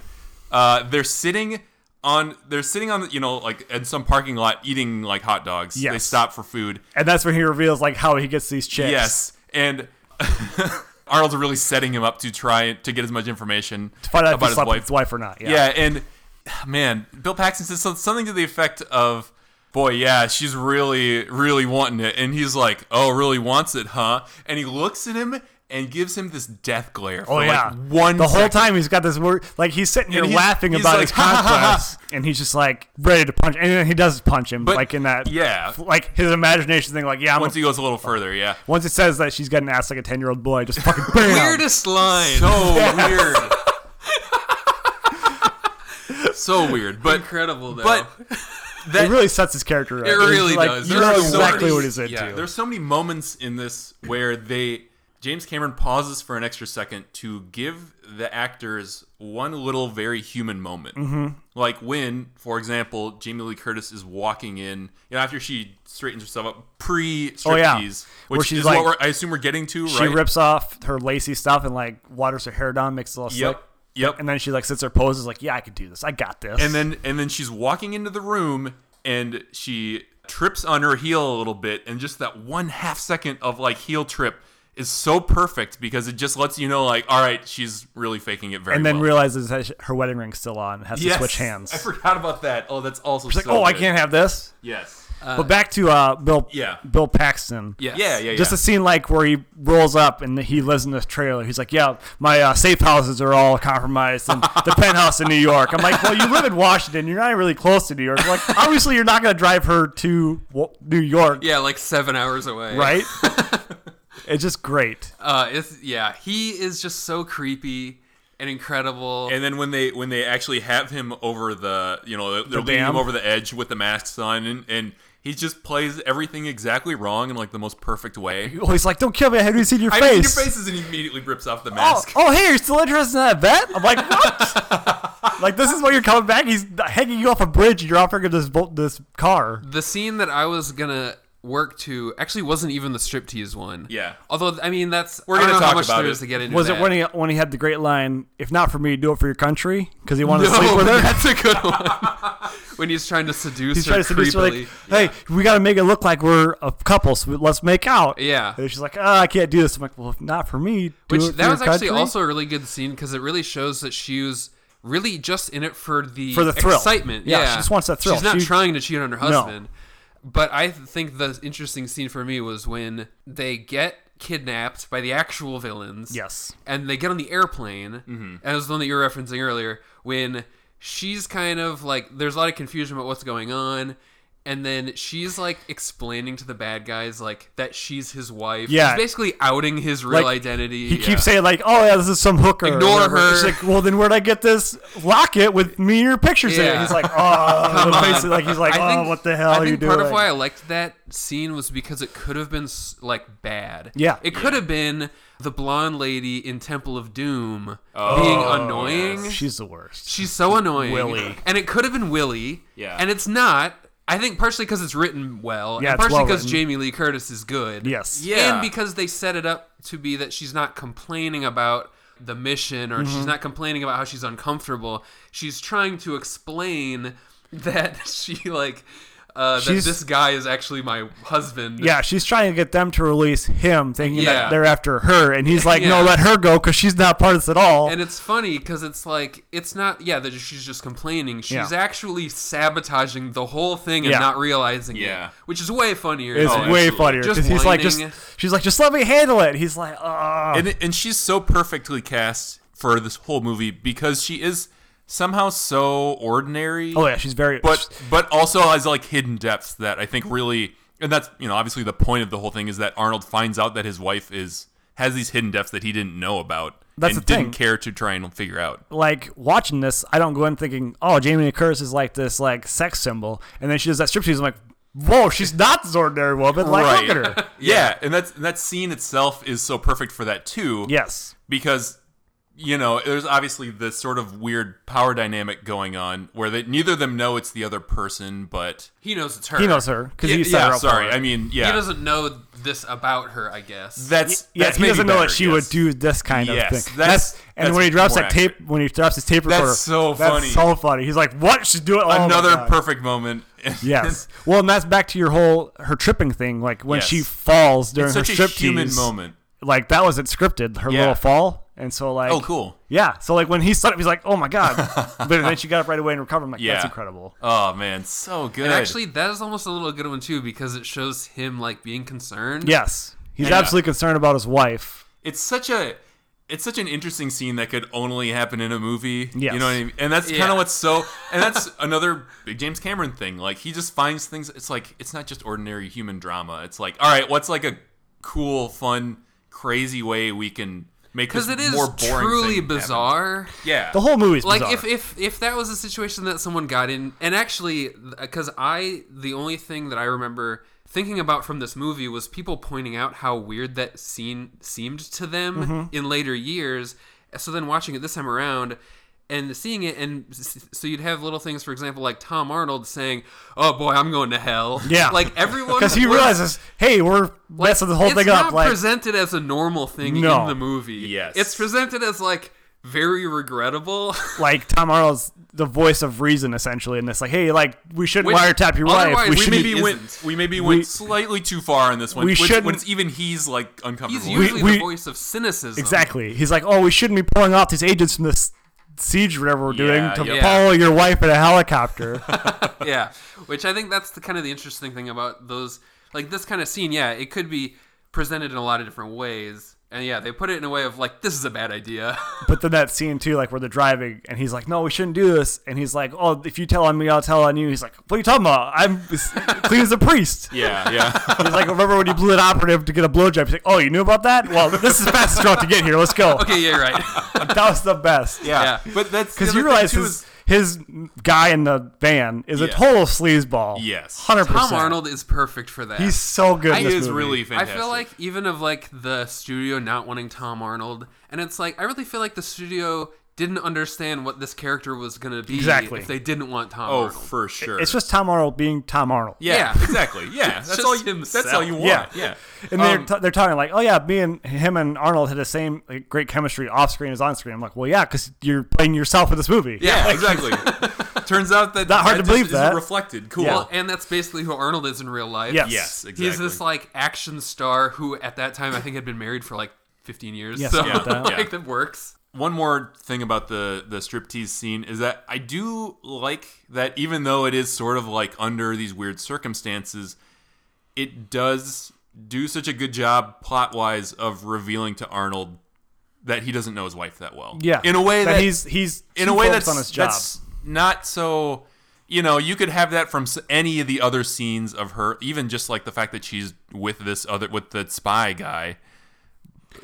Speaker 1: uh, they're sitting on they're sitting on you know like in some parking lot eating like hot dogs. They
Speaker 2: Yes.
Speaker 1: stop for food.
Speaker 2: and that's when he reveals like how he gets these chicks.
Speaker 1: Yes, and. Arnold's really setting him up to try to get as much information
Speaker 2: To find out if
Speaker 1: about
Speaker 2: he
Speaker 1: his
Speaker 2: slept with
Speaker 1: wife.
Speaker 2: his wife or not. Yeah.
Speaker 1: Yeah, and man, Bill Paxton says some- something to the effect of, "Boy, yeah, she's really, really wanting it," and he's like, "Oh, really wants it, huh?" And he looks at him and gives him this death glare.
Speaker 2: Oh
Speaker 1: for
Speaker 2: yeah.
Speaker 1: like one
Speaker 2: the whole
Speaker 1: second.
Speaker 2: time he's got this word like he's sitting here
Speaker 1: And he's-
Speaker 2: laughing
Speaker 1: he's
Speaker 2: about
Speaker 1: like,
Speaker 2: his
Speaker 1: "Ha, ha, ha, ha."
Speaker 2: conquest and he's just like ready to punch and then he does punch him
Speaker 1: But-
Speaker 2: like in that
Speaker 1: yeah.
Speaker 2: like his imagination thing like yeah I'm
Speaker 1: Once
Speaker 2: gonna-
Speaker 1: he goes a little further, yeah.
Speaker 2: once it says that she's got an ass like a 10 year old boy just fucking bam
Speaker 3: Weirdest line.
Speaker 1: So weird. so weird, but
Speaker 3: incredible though.
Speaker 1: but
Speaker 2: it really sets his character up
Speaker 3: It
Speaker 2: He's
Speaker 3: really
Speaker 2: like,
Speaker 3: does.
Speaker 2: you
Speaker 3: There
Speaker 2: know
Speaker 3: are so
Speaker 2: exactly
Speaker 3: many-
Speaker 2: what he's into
Speaker 3: yeah,
Speaker 1: There's so many moments in this where they James Cameron pauses for an extra second to give the actors one little very human moment. Mm-hmm. Like when, for example, Jamie Lee Curtis is walking in, you know, after she straightens herself up pre striptease,
Speaker 2: Oh, yeah. Where
Speaker 1: which
Speaker 2: she's
Speaker 1: is
Speaker 2: like-
Speaker 1: what we're, I assume we're getting to,
Speaker 2: she
Speaker 1: right?
Speaker 2: rips off her lacy stuff and like waters her hair down makes it all
Speaker 1: yep.
Speaker 2: slick
Speaker 1: Yep.
Speaker 2: and then she like sits her poses like yeah I could do this I got this
Speaker 1: and then and then she's walking into the room and she trips on her heel a little bit and just that one half second of like heel trip is so perfect because it just lets you know like all right she's really faking it very
Speaker 2: and then
Speaker 1: well.
Speaker 2: realizes that sh- her wedding ring's still on and has
Speaker 1: Yes.
Speaker 2: to switch hands
Speaker 1: I forgot about that. Oh, that's also
Speaker 2: she's like
Speaker 1: so
Speaker 2: oh I
Speaker 1: good.
Speaker 2: can't have this
Speaker 1: Yes.
Speaker 2: but back to uh, Bill
Speaker 1: Yeah.
Speaker 2: Bill Paxton.
Speaker 3: yes.
Speaker 1: yeah, yeah, yeah.
Speaker 2: Just a scene like where he rolls up and he lives in this trailer. He's like, "Yeah, my uh, safe houses are all compromised, and the penthouse in New York." I'm like, "Well, you live in Washington. You're not really close to New York. Like, obviously, you're not going to drive her to Wa- New York,
Speaker 3: Yeah, like seven hours away.
Speaker 2: right?" it's just great.
Speaker 3: Uh, it's yeah. He is just so creepy. and incredible.
Speaker 1: And then when they when they actually have him over the you know they're leading
Speaker 2: dam?
Speaker 1: him over the edge with the masks on and, and he just plays everything exactly wrong in like the most perfect way.
Speaker 2: Oh, he's like, don't kill me. I haven't even seen your
Speaker 1: I
Speaker 2: face.
Speaker 1: mean, your faces and he immediately rips off the
Speaker 2: Oh,
Speaker 1: mask.
Speaker 2: oh, hey, you're still interested in that bet? I'm like, what? like, this is why you're coming back? He's hanging you off a bridge and you're offering him this, bo- this car.
Speaker 3: the scene that I was gonna work to actually wasn't even the striptease one.
Speaker 1: Yeah.
Speaker 3: Although I mean that's
Speaker 1: We're
Speaker 3: I don't
Speaker 1: gonna
Speaker 3: know how
Speaker 1: talk
Speaker 3: much
Speaker 1: about
Speaker 3: there
Speaker 1: it.
Speaker 3: is to get into.
Speaker 2: Was
Speaker 3: that.
Speaker 2: it when he, when he had the great line, if not for me, do it for your country? Because he wanted to sleep
Speaker 3: No,
Speaker 2: with her?
Speaker 3: that's a good one. when he's trying to seduce
Speaker 2: He's
Speaker 3: her
Speaker 2: trying to seduce her, like,
Speaker 3: creepily.
Speaker 2: hey, we got to make it look like we're a couple, so let's make out.
Speaker 3: Yeah.
Speaker 2: And she's like, ah, I can't do this. I'm like, well, if not for me, do
Speaker 3: Which
Speaker 2: it for
Speaker 3: that
Speaker 2: your
Speaker 3: was actually
Speaker 2: country?
Speaker 3: also a really good scene because it really shows that she was really just in it for the
Speaker 2: For the thrill.
Speaker 3: excitement.
Speaker 2: Yeah,
Speaker 3: Yeah,
Speaker 2: she just wants that thrill.
Speaker 3: She's not
Speaker 2: She-
Speaker 3: trying to cheat on her husband. But I think the interesting scene for me was when they get kidnapped by the actual villains.
Speaker 2: Yes. Mm-hmm.
Speaker 3: and they get on the airplane, and it was the one that you were referencing earlier when she's kind of like there's a lot of confusion about what's going on. And then she's like explaining to the bad guys like that she's his wife.
Speaker 2: Yeah.
Speaker 3: she's basically outing his real
Speaker 2: Like,
Speaker 3: identity.
Speaker 2: He
Speaker 3: Yeah.
Speaker 2: keeps saying like, "Oh yeah, this is some hooker." or
Speaker 3: uh, Ignore
Speaker 2: whatever.
Speaker 3: her.
Speaker 2: She's like, "Well, then where'd I get this locket with me and your pictures in it?"
Speaker 3: Yeah.
Speaker 2: He's like, "Oh, basically, like he's like,
Speaker 3: I
Speaker 2: oh,
Speaker 3: think-
Speaker 2: what the hell
Speaker 3: I
Speaker 2: are
Speaker 3: think
Speaker 2: you doing?"
Speaker 3: part of why I liked that scene was because it could have been s- like bad.
Speaker 2: Yeah.
Speaker 3: it could have been the blonde lady in Temple of Doom being annoying.
Speaker 2: She's the worst.
Speaker 3: She's so annoying,
Speaker 2: Willy.
Speaker 3: and it could have been Willie.
Speaker 1: Yeah.
Speaker 3: and it's not. I think partially because it's written well,
Speaker 2: Yeah,
Speaker 3: and
Speaker 2: it's
Speaker 3: partially
Speaker 2: well
Speaker 3: because
Speaker 2: written.
Speaker 3: Jamie Lee Curtis is good.
Speaker 2: Yes.
Speaker 1: Yeah.
Speaker 3: and because they set it up to be that she's not complaining about the mission or
Speaker 2: Mm-hmm.
Speaker 3: she's not complaining about how she's uncomfortable. She's trying to explain that she like uh, that
Speaker 2: She's-
Speaker 3: this guy is actually my husband.
Speaker 2: Yeah, she's trying to get them to release him, thinking that
Speaker 3: Yeah.
Speaker 2: they're after her, and he's like,
Speaker 3: Yeah.
Speaker 2: "No, let her go, because she's not part of this at all."
Speaker 3: And it's funny because it's like it's not yeah that she's just complaining.
Speaker 2: Yeah.
Speaker 3: She's actually sabotaging the whole thing and
Speaker 2: Yeah.
Speaker 3: not realizing
Speaker 1: Yeah.
Speaker 3: it, which is way funnier.
Speaker 2: it's
Speaker 1: Oh,
Speaker 2: way
Speaker 1: absolutely.
Speaker 2: funnier
Speaker 3: Just
Speaker 2: because he's like, "Just,"
Speaker 3: whining.
Speaker 2: she's like, "Just let me handle it." He's like, "Oh,
Speaker 1: and and she's so perfectly cast for this whole movie because she is somehow so ordinary.
Speaker 2: oh yeah." She's very,
Speaker 1: but but also has like hidden depths that I think really and that's you know obviously the point of the whole thing is that Arnold finds out that his wife is has these hidden depths that he didn't know about
Speaker 2: That's
Speaker 1: and
Speaker 2: the thing.
Speaker 1: didn't care to try and figure out.
Speaker 2: like watching this, I don't go in thinking, "Oh, Jamie Lee Curtis is like this like sex symbol," and then she does that striptease. I'm like, "Whoa, she's not this ordinary woman." Like, look at her.
Speaker 1: yeah. and that's and that scene itself is so perfect for that too.
Speaker 2: Yes,
Speaker 1: because you know there's obviously this sort of weird power dynamic going on where they, neither of them know it's the other person, but
Speaker 3: he knows it's her.
Speaker 2: he knows her because
Speaker 1: yeah,
Speaker 2: he set her up for
Speaker 1: sorry,
Speaker 2: it.
Speaker 1: I mean yeah,
Speaker 3: He doesn't know this about her. I guess.
Speaker 1: that's
Speaker 2: yeah,
Speaker 1: that's
Speaker 2: he
Speaker 1: maybe
Speaker 2: doesn't know
Speaker 1: better,
Speaker 2: that she
Speaker 1: yes.
Speaker 2: would do this kind
Speaker 1: Yes,
Speaker 2: of thing.
Speaker 1: that's-
Speaker 2: and
Speaker 1: that's
Speaker 2: when he drops
Speaker 1: more
Speaker 2: that tape, when he drops his tape recorder,
Speaker 1: so funny.
Speaker 2: so funny. He's like, "What? She's doing oh my
Speaker 1: another
Speaker 2: God."
Speaker 1: perfect moment.
Speaker 2: Yes. Well, and that's back to your whole her tripping thing. Like when
Speaker 1: Yes.
Speaker 2: she falls during
Speaker 1: such
Speaker 2: her
Speaker 1: a
Speaker 2: strip
Speaker 1: human moment.
Speaker 2: Like that wasn't scripted. Her
Speaker 1: Yeah.
Speaker 2: little fall, and so like
Speaker 1: Oh, cool.
Speaker 2: Yeah. So like when he stood up, he's like, "Oh my god!" but then she got up right away and recovered. I'm like,
Speaker 1: Yeah.
Speaker 2: "That's incredible."
Speaker 1: Oh man, so good.
Speaker 3: And actually, that is almost a little good one too because it shows him like being concerned.
Speaker 2: Yes, he's
Speaker 1: Yeah.
Speaker 2: absolutely concerned about his wife.
Speaker 1: it's such a it's such an interesting scene that could only happen in a movie.
Speaker 2: Yes.
Speaker 1: You know what I mean? And that's kind
Speaker 3: Yeah.
Speaker 1: of what's so and that's another big James Cameron thing. Like he just finds things it's like it's not just ordinary human drama. It's like, all right, what's like a cool, fun, crazy way we can make this
Speaker 3: because it is
Speaker 1: more boring
Speaker 3: truly
Speaker 1: thing happen?
Speaker 3: bizarre.
Speaker 1: Yeah.
Speaker 2: The whole movie's
Speaker 3: like
Speaker 2: bizarre.
Speaker 3: if, if if that was a situation that someone got in and actually because i the only thing that i remember thinking about from this movie was people pointing out how weird that scene seemed to them
Speaker 2: Mm-hmm.
Speaker 3: in later years so then watching it this time around and seeing it and s- so you'd have little things for example like tom arnold saying oh boy i'm going to hell
Speaker 2: Yeah.
Speaker 3: like everyone
Speaker 2: because he
Speaker 3: was-
Speaker 2: realizes, hey, we're messing the whole
Speaker 3: it's
Speaker 2: thing
Speaker 3: not
Speaker 2: up. Like,
Speaker 3: presented as a normal thing
Speaker 2: No.
Speaker 3: in the movie
Speaker 1: Yes.
Speaker 3: it's presented as like very regrettable
Speaker 2: like Tom Arnold's the voice of reason essentially in this. Like, hey, like we shouldn't
Speaker 3: Which-
Speaker 2: wiretap your wife. We
Speaker 3: otherwise we
Speaker 1: we
Speaker 2: should
Speaker 3: may
Speaker 2: be.
Speaker 1: maybe
Speaker 3: isn't.
Speaker 1: went we maybe went
Speaker 2: We-
Speaker 1: slightly too far in this one.
Speaker 2: We
Speaker 1: which-
Speaker 2: shouldn't-
Speaker 1: when it's even he's like uncomfortable.
Speaker 3: He's
Speaker 1: with.
Speaker 3: usually
Speaker 2: we-
Speaker 3: the voice of cynicism.
Speaker 2: Exactly. He's like, oh, we shouldn't be pulling off these agents from this siege, whatever we're doing,
Speaker 1: Yeah,
Speaker 2: to
Speaker 1: yeah.
Speaker 2: follow your wife in a helicopter.
Speaker 3: Yeah. Which I think that's the kind of the interesting thing about those like this kind of scene, yeah, it could be presented in a lot of different ways. And yeah, they put it in a way of like, this is a bad idea.
Speaker 2: But then that scene too, like where they're driving and he's like, "No, we shouldn't do this," and he's like, "Oh, if you tell on me, I'll tell on you." He's like, "What are you talking about? I'm clean as a priest."
Speaker 1: Yeah, yeah.
Speaker 2: He's like, "Remember when you blew an operative to get a blowjob?" He's like, "Oh, you knew about that? Well, this is fast as route to get here. Let's go."
Speaker 3: okay, yeah, right.
Speaker 2: That was the best.
Speaker 1: yeah.
Speaker 3: Yeah.
Speaker 1: But that's
Speaker 2: Because you realize his, his guy in the van is a
Speaker 1: Yeah.
Speaker 2: total sleazeball.
Speaker 1: Yes.
Speaker 2: hundred percent.
Speaker 3: Tom Arnold is perfect for that.
Speaker 2: He's so good. in
Speaker 1: he
Speaker 2: this
Speaker 1: is
Speaker 2: movie.
Speaker 1: really
Speaker 3: I
Speaker 1: fantastic.
Speaker 3: feel like even of like the studio not wanting Tom Arnold, and it's like I really feel like the studio didn't understand what this character was gonna be
Speaker 2: Exactly.
Speaker 3: if they didn't want Tom
Speaker 1: Oh,
Speaker 3: Arnold.
Speaker 1: for sure.
Speaker 2: It's just Tom Arnold being Tom Arnold.
Speaker 1: yeah,
Speaker 3: Yeah.
Speaker 1: exactly. Yeah, that's all.
Speaker 3: just
Speaker 1: You, that's
Speaker 3: himself.
Speaker 1: all you want.
Speaker 2: Yeah.
Speaker 1: Yeah,
Speaker 2: And they're,
Speaker 1: Um,
Speaker 2: t- they're talking like, oh yeah, me and him and Arnold had the same like, great chemistry off screen as on screen. I'm like, well yeah, because you're playing yourself in this movie.
Speaker 1: Yeah, exactly. Turns out that
Speaker 2: Not
Speaker 1: that
Speaker 2: hard to
Speaker 1: just
Speaker 2: believe
Speaker 1: isn't
Speaker 2: that.
Speaker 1: reflected. Cool.
Speaker 2: Yeah.
Speaker 3: Well, and that's basically who Arnold is in real life.
Speaker 2: Yes.
Speaker 1: Yes, exactly.
Speaker 3: He's this like action star who at that time I think had been married for like 15 years.
Speaker 2: Yeah,
Speaker 3: so
Speaker 2: something like that.
Speaker 3: like
Speaker 1: Yeah.
Speaker 3: that works.
Speaker 1: One more thing about the the striptease scene is that I do like that, even though it is sort of like under these weird circumstances, it does do such a good job plot wise of revealing to Arnold that he doesn't know his wife that well.
Speaker 2: yeah.
Speaker 1: in a way that,
Speaker 2: he's he's
Speaker 1: in
Speaker 2: too
Speaker 1: a way
Speaker 2: focused
Speaker 1: that's
Speaker 2: on his job.
Speaker 1: that's not so. You know, you could have that from s- any of the other scenes of her, even just like the fact that she's with this other with the spy guy,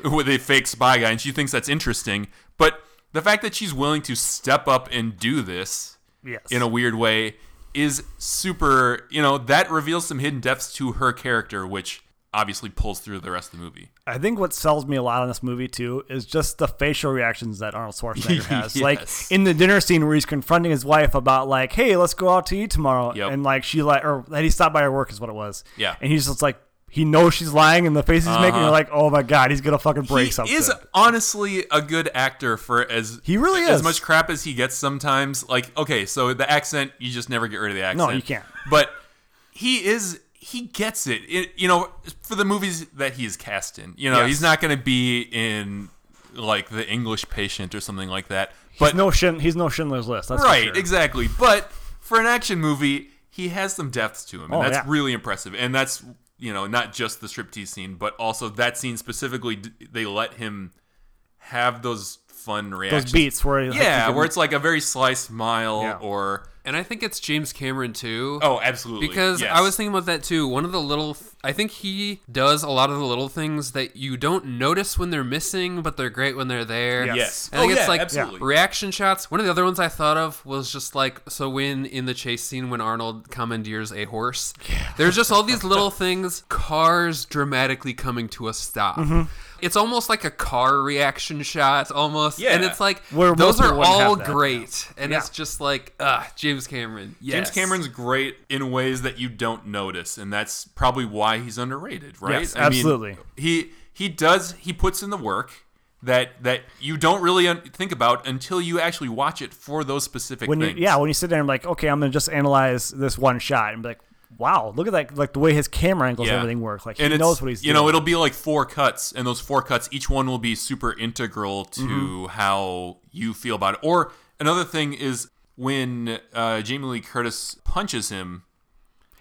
Speaker 1: with a fake spy guy, and she thinks that's interesting. But the fact that she's willing to step up and do this
Speaker 2: yes.
Speaker 1: in a weird way is super. You know, that reveals some hidden depths to her character, which obviously pulls through the rest of the movie.
Speaker 2: I think what sells me a lot on this movie too is just the facial reactions that Arnold Schwarzenegger has. Like
Speaker 1: Yes.
Speaker 2: in the dinner scene where he's confronting his wife about like, "Hey, let's go out to eat tomorrow,"
Speaker 1: Yep.
Speaker 2: and like she like or that he stopped by her work is what it was.
Speaker 1: Yeah. Uh-huh.
Speaker 2: and he's just like he knows she's lying, and the face he's making, you're like, "Oh my god, he's gonna fucking break
Speaker 1: he
Speaker 2: something."
Speaker 1: is honestly a good actor for as
Speaker 2: He really is.
Speaker 1: as much crap as he gets sometimes. Like okay, so the accent you just never get rid of the accent.
Speaker 2: you can't.
Speaker 1: But he is he gets it. It- you know for the movies that he's cast in. You know
Speaker 3: Yes.
Speaker 1: he's not going to be in like the English Patient or something like that. But
Speaker 2: he's no Schind- he's no Schindler's List. That's for
Speaker 1: right,
Speaker 2: sure.
Speaker 1: exactly. But for an action movie, he has some depth to him, and
Speaker 2: Oh,
Speaker 1: that's
Speaker 2: yeah.
Speaker 1: really impressive. And that's you know not just the striptease scene, but also that scene specifically. d- They let him have those fun reactions,
Speaker 2: Those beats where like,
Speaker 1: yeah,
Speaker 2: you can-
Speaker 1: where it's like a very sly smile
Speaker 2: Yeah.
Speaker 1: or
Speaker 3: And I think it's James Cameron too.
Speaker 1: oh, absolutely,
Speaker 3: Because
Speaker 1: Yes.
Speaker 3: I was thinking about that too. One of the little, th- I think he does a lot of the little things that you don't notice when they're missing, but they're great when they're there.
Speaker 2: Yes.
Speaker 1: Yes.
Speaker 3: I think
Speaker 1: Oh,
Speaker 3: it's
Speaker 1: yeah,
Speaker 3: like
Speaker 1: absolutely.
Speaker 3: reaction shots. One of the other ones I thought of was just like so when in the chase scene when Arnold commandeers a horse. There's just all these little things. Cars dramatically coming to a stop.
Speaker 1: Mm-hmm.
Speaker 3: It's almost like a car reaction shot, almost.
Speaker 1: Yeah.
Speaker 3: And it's like
Speaker 2: Where most
Speaker 3: those are
Speaker 2: people wouldn't
Speaker 3: all
Speaker 2: have that, yeah.
Speaker 3: great, and it's just like ah, James Cameron.
Speaker 1: James
Speaker 3: Yes.
Speaker 1: Cameron's great in ways that you don't notice, and that's probably why he's underrated, right?
Speaker 2: Yes,
Speaker 1: mean,
Speaker 2: absolutely.
Speaker 1: he he does he puts in the work that that you don't really un- think about until you actually watch it for those specific
Speaker 2: when you
Speaker 1: things.
Speaker 2: yeah when you sit there and like okay i'm gonna just analyze this one shot and be like wow look at that like the way his camera angles and everything work like he
Speaker 1: And it's-
Speaker 2: knows what he's
Speaker 1: you
Speaker 2: doing
Speaker 1: know it'll be like four cuts, and those four cuts each one will be super integral to
Speaker 2: Mm-hmm.
Speaker 1: how you feel about it. Or another thing is when uh, Jamie Lee Curtis punches him.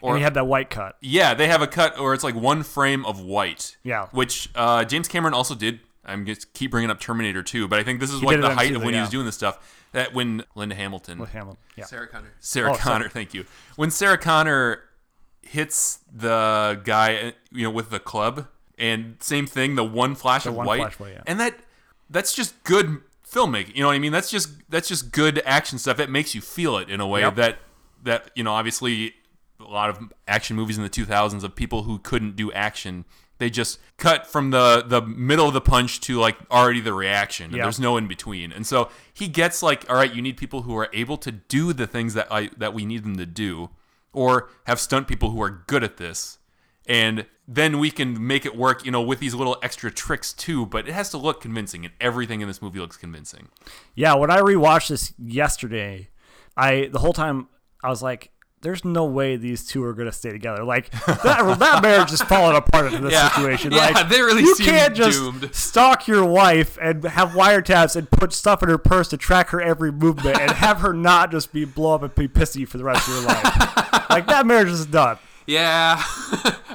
Speaker 2: and he had that white cut
Speaker 1: Yeah, they have a cut, or it's like one frame of white.
Speaker 2: Yeah.
Speaker 1: Which uh, James Cameron also did. I'm just keep bringing up Terminator 2, but I think this is like
Speaker 2: did it
Speaker 1: the
Speaker 2: on
Speaker 1: height
Speaker 2: two,
Speaker 1: of when he was
Speaker 2: yeah.
Speaker 1: doing this stuff. That when Linda Hamilton,
Speaker 2: Hamlin. yeah
Speaker 3: Sarah Connor.
Speaker 1: Sarah
Speaker 2: Oh, sorry.
Speaker 1: Connor, thank you. When Sarah Connor hits the guy, uh, you know, with the club, and same thing, the one flash of
Speaker 2: one
Speaker 1: white,
Speaker 2: flash, well, yeah.
Speaker 1: and that that's just good filmmaking. You know what I mean? That's just that's just good action stuff. It makes you feel it in a way
Speaker 2: Yep.
Speaker 1: that that you know, obviously, a lot of action movies in the 2000s of people who couldn't do action. They just cut from the, the middle of the punch to like already the reaction. And
Speaker 2: Yeah.
Speaker 1: There's no in between. And so he gets like, all right, you need people who are able to do the things that I that we need them to do, or have stunt people who are good at this, and then we can make it work. You know, with these little extra tricks too. But it has to look convincing, and everything in this movie looks convincing.
Speaker 2: yeah when i rewatched this yesterday i the whole time i was like there's no way these two are gonna stay together. Like that, that marriage is falling apart in this
Speaker 3: Yeah.
Speaker 2: situation.
Speaker 3: Yeah,
Speaker 2: like,
Speaker 3: they really
Speaker 2: you
Speaker 3: seem
Speaker 2: can't just
Speaker 3: doomed.
Speaker 2: stalk your wife and have wiretaps and put stuff in her purse to track her every movement and have her not just be blow up and be pissy for the rest of your life. like that marriage is done.
Speaker 3: Yeah,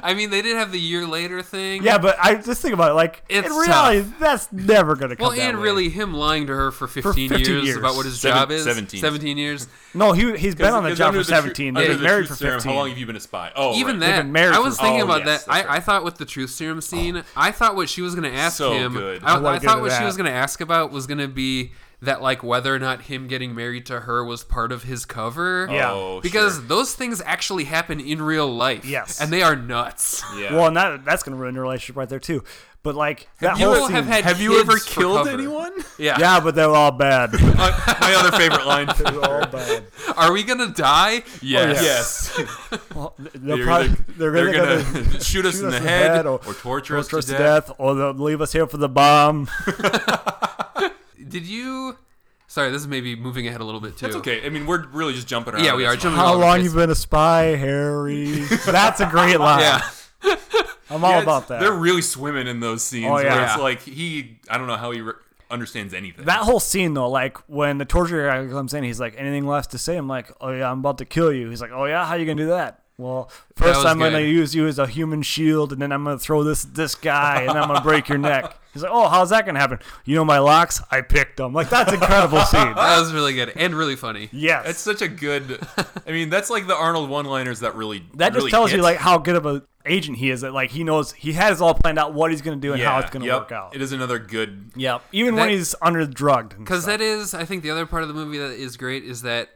Speaker 3: I mean, they did have the year later thing.
Speaker 2: Yeah, but I just think about it. Like
Speaker 3: It's
Speaker 2: in reality, that's never gonna come.
Speaker 3: Well,
Speaker 2: that
Speaker 3: and
Speaker 2: way.
Speaker 3: really, him lying to her for 15,
Speaker 2: 15
Speaker 3: years,
Speaker 2: years.
Speaker 3: about what his
Speaker 1: Seven-
Speaker 3: job is.
Speaker 1: 17.
Speaker 3: years.
Speaker 2: no, he he's been on the job
Speaker 1: under
Speaker 2: for
Speaker 1: the tru-
Speaker 2: seventeen.
Speaker 1: under
Speaker 2: They've
Speaker 1: the
Speaker 2: been married for
Speaker 1: truth serum,
Speaker 2: fifteen.
Speaker 1: How long have you been a spy? Oh, right.
Speaker 3: Even that,
Speaker 2: been married
Speaker 3: I was
Speaker 2: for-
Speaker 3: thinking
Speaker 1: Oh,
Speaker 3: about
Speaker 1: yes,
Speaker 3: that. I,
Speaker 1: that's right.
Speaker 3: I thought with the truth
Speaker 2: Oh.
Speaker 3: serum scene, I thought what she was going to ask
Speaker 1: So
Speaker 3: him.
Speaker 1: good. I
Speaker 3: I,
Speaker 2: wanna
Speaker 3: I
Speaker 2: get
Speaker 3: thought
Speaker 2: to
Speaker 3: what
Speaker 2: that.
Speaker 3: she was going to ask about was going to be that, like, whether or not him getting married to her was part of his cover.
Speaker 2: Yeah.
Speaker 1: Oh,
Speaker 3: because
Speaker 1: sure.
Speaker 3: those things actually happen in real life.
Speaker 2: Yes.
Speaker 3: and they are nuts.
Speaker 1: yeah.
Speaker 2: Well, and that, that's gonna ruin your relationship right there too. But like that
Speaker 3: you
Speaker 2: whole
Speaker 3: all have
Speaker 2: scene-
Speaker 3: had-
Speaker 1: have you
Speaker 3: kids
Speaker 1: ever
Speaker 3: for
Speaker 1: killed
Speaker 3: cover.
Speaker 1: anyone?
Speaker 3: Yeah.
Speaker 2: yeah, but they were all bad. they
Speaker 1: My my other favorite line.
Speaker 2: were all bad.
Speaker 3: Are we gonna die?
Speaker 2: Oh,
Speaker 1: Yes.
Speaker 2: yes. Well, they're,
Speaker 1: They're,
Speaker 2: probably,
Speaker 1: either-
Speaker 2: they're,
Speaker 1: they're
Speaker 2: gonna,
Speaker 1: gonna, shoot us in the head, or, torture, us to death.
Speaker 2: or they'll leave us here for the bomb.
Speaker 3: Did you? Sorry, this is maybe moving ahead a little bit too.
Speaker 1: That's okay. I mean, we're really just jumping around.
Speaker 3: Yeah, we
Speaker 1: It's
Speaker 3: are
Speaker 1: fine.
Speaker 3: jumping. all
Speaker 2: How
Speaker 3: over the
Speaker 2: long
Speaker 3: place.
Speaker 2: you been a spy, Harry? That's a great line.
Speaker 3: Yeah,
Speaker 2: I'm all
Speaker 1: Yeah, it's-
Speaker 2: about that.
Speaker 1: They're really swimming in those scenes
Speaker 2: Oh,
Speaker 1: where
Speaker 2: yeah.
Speaker 1: it's like he, I don't know how he re- understands anything.
Speaker 2: That whole scene though, like when the torture guy comes in, he's like, "Anything left to say?" I'm like, "Oh yeah, I'm about to kill you." He's like, "Oh yeah, how you gonna do that?" Well, first
Speaker 3: was
Speaker 2: I'm gonna
Speaker 3: good.
Speaker 2: use you as a human shield, and then I'm gonna throw this at this guy, and I'm gonna break your neck. He's like, "Oh, how's that gonna happen?" You know my locks? I picked them. Like that's incredible scene.
Speaker 3: that was really good and really funny.
Speaker 2: Yes,
Speaker 1: that's such a good. I mean, that's like the Arnold one-liners that really
Speaker 2: that just
Speaker 1: really
Speaker 2: tells you
Speaker 1: hit.
Speaker 2: like how good of an agent he is. That like he knows he has all planned out what he's gonna do and how
Speaker 1: Yeah,
Speaker 2: it's gonna
Speaker 1: yep.
Speaker 2: work out.
Speaker 1: It is another good.
Speaker 2: Yep. Even when
Speaker 3: That-
Speaker 2: he's under drugged. and
Speaker 3: Because
Speaker 2: stuff.
Speaker 3: that is, I think, the other part of the movie that is great is that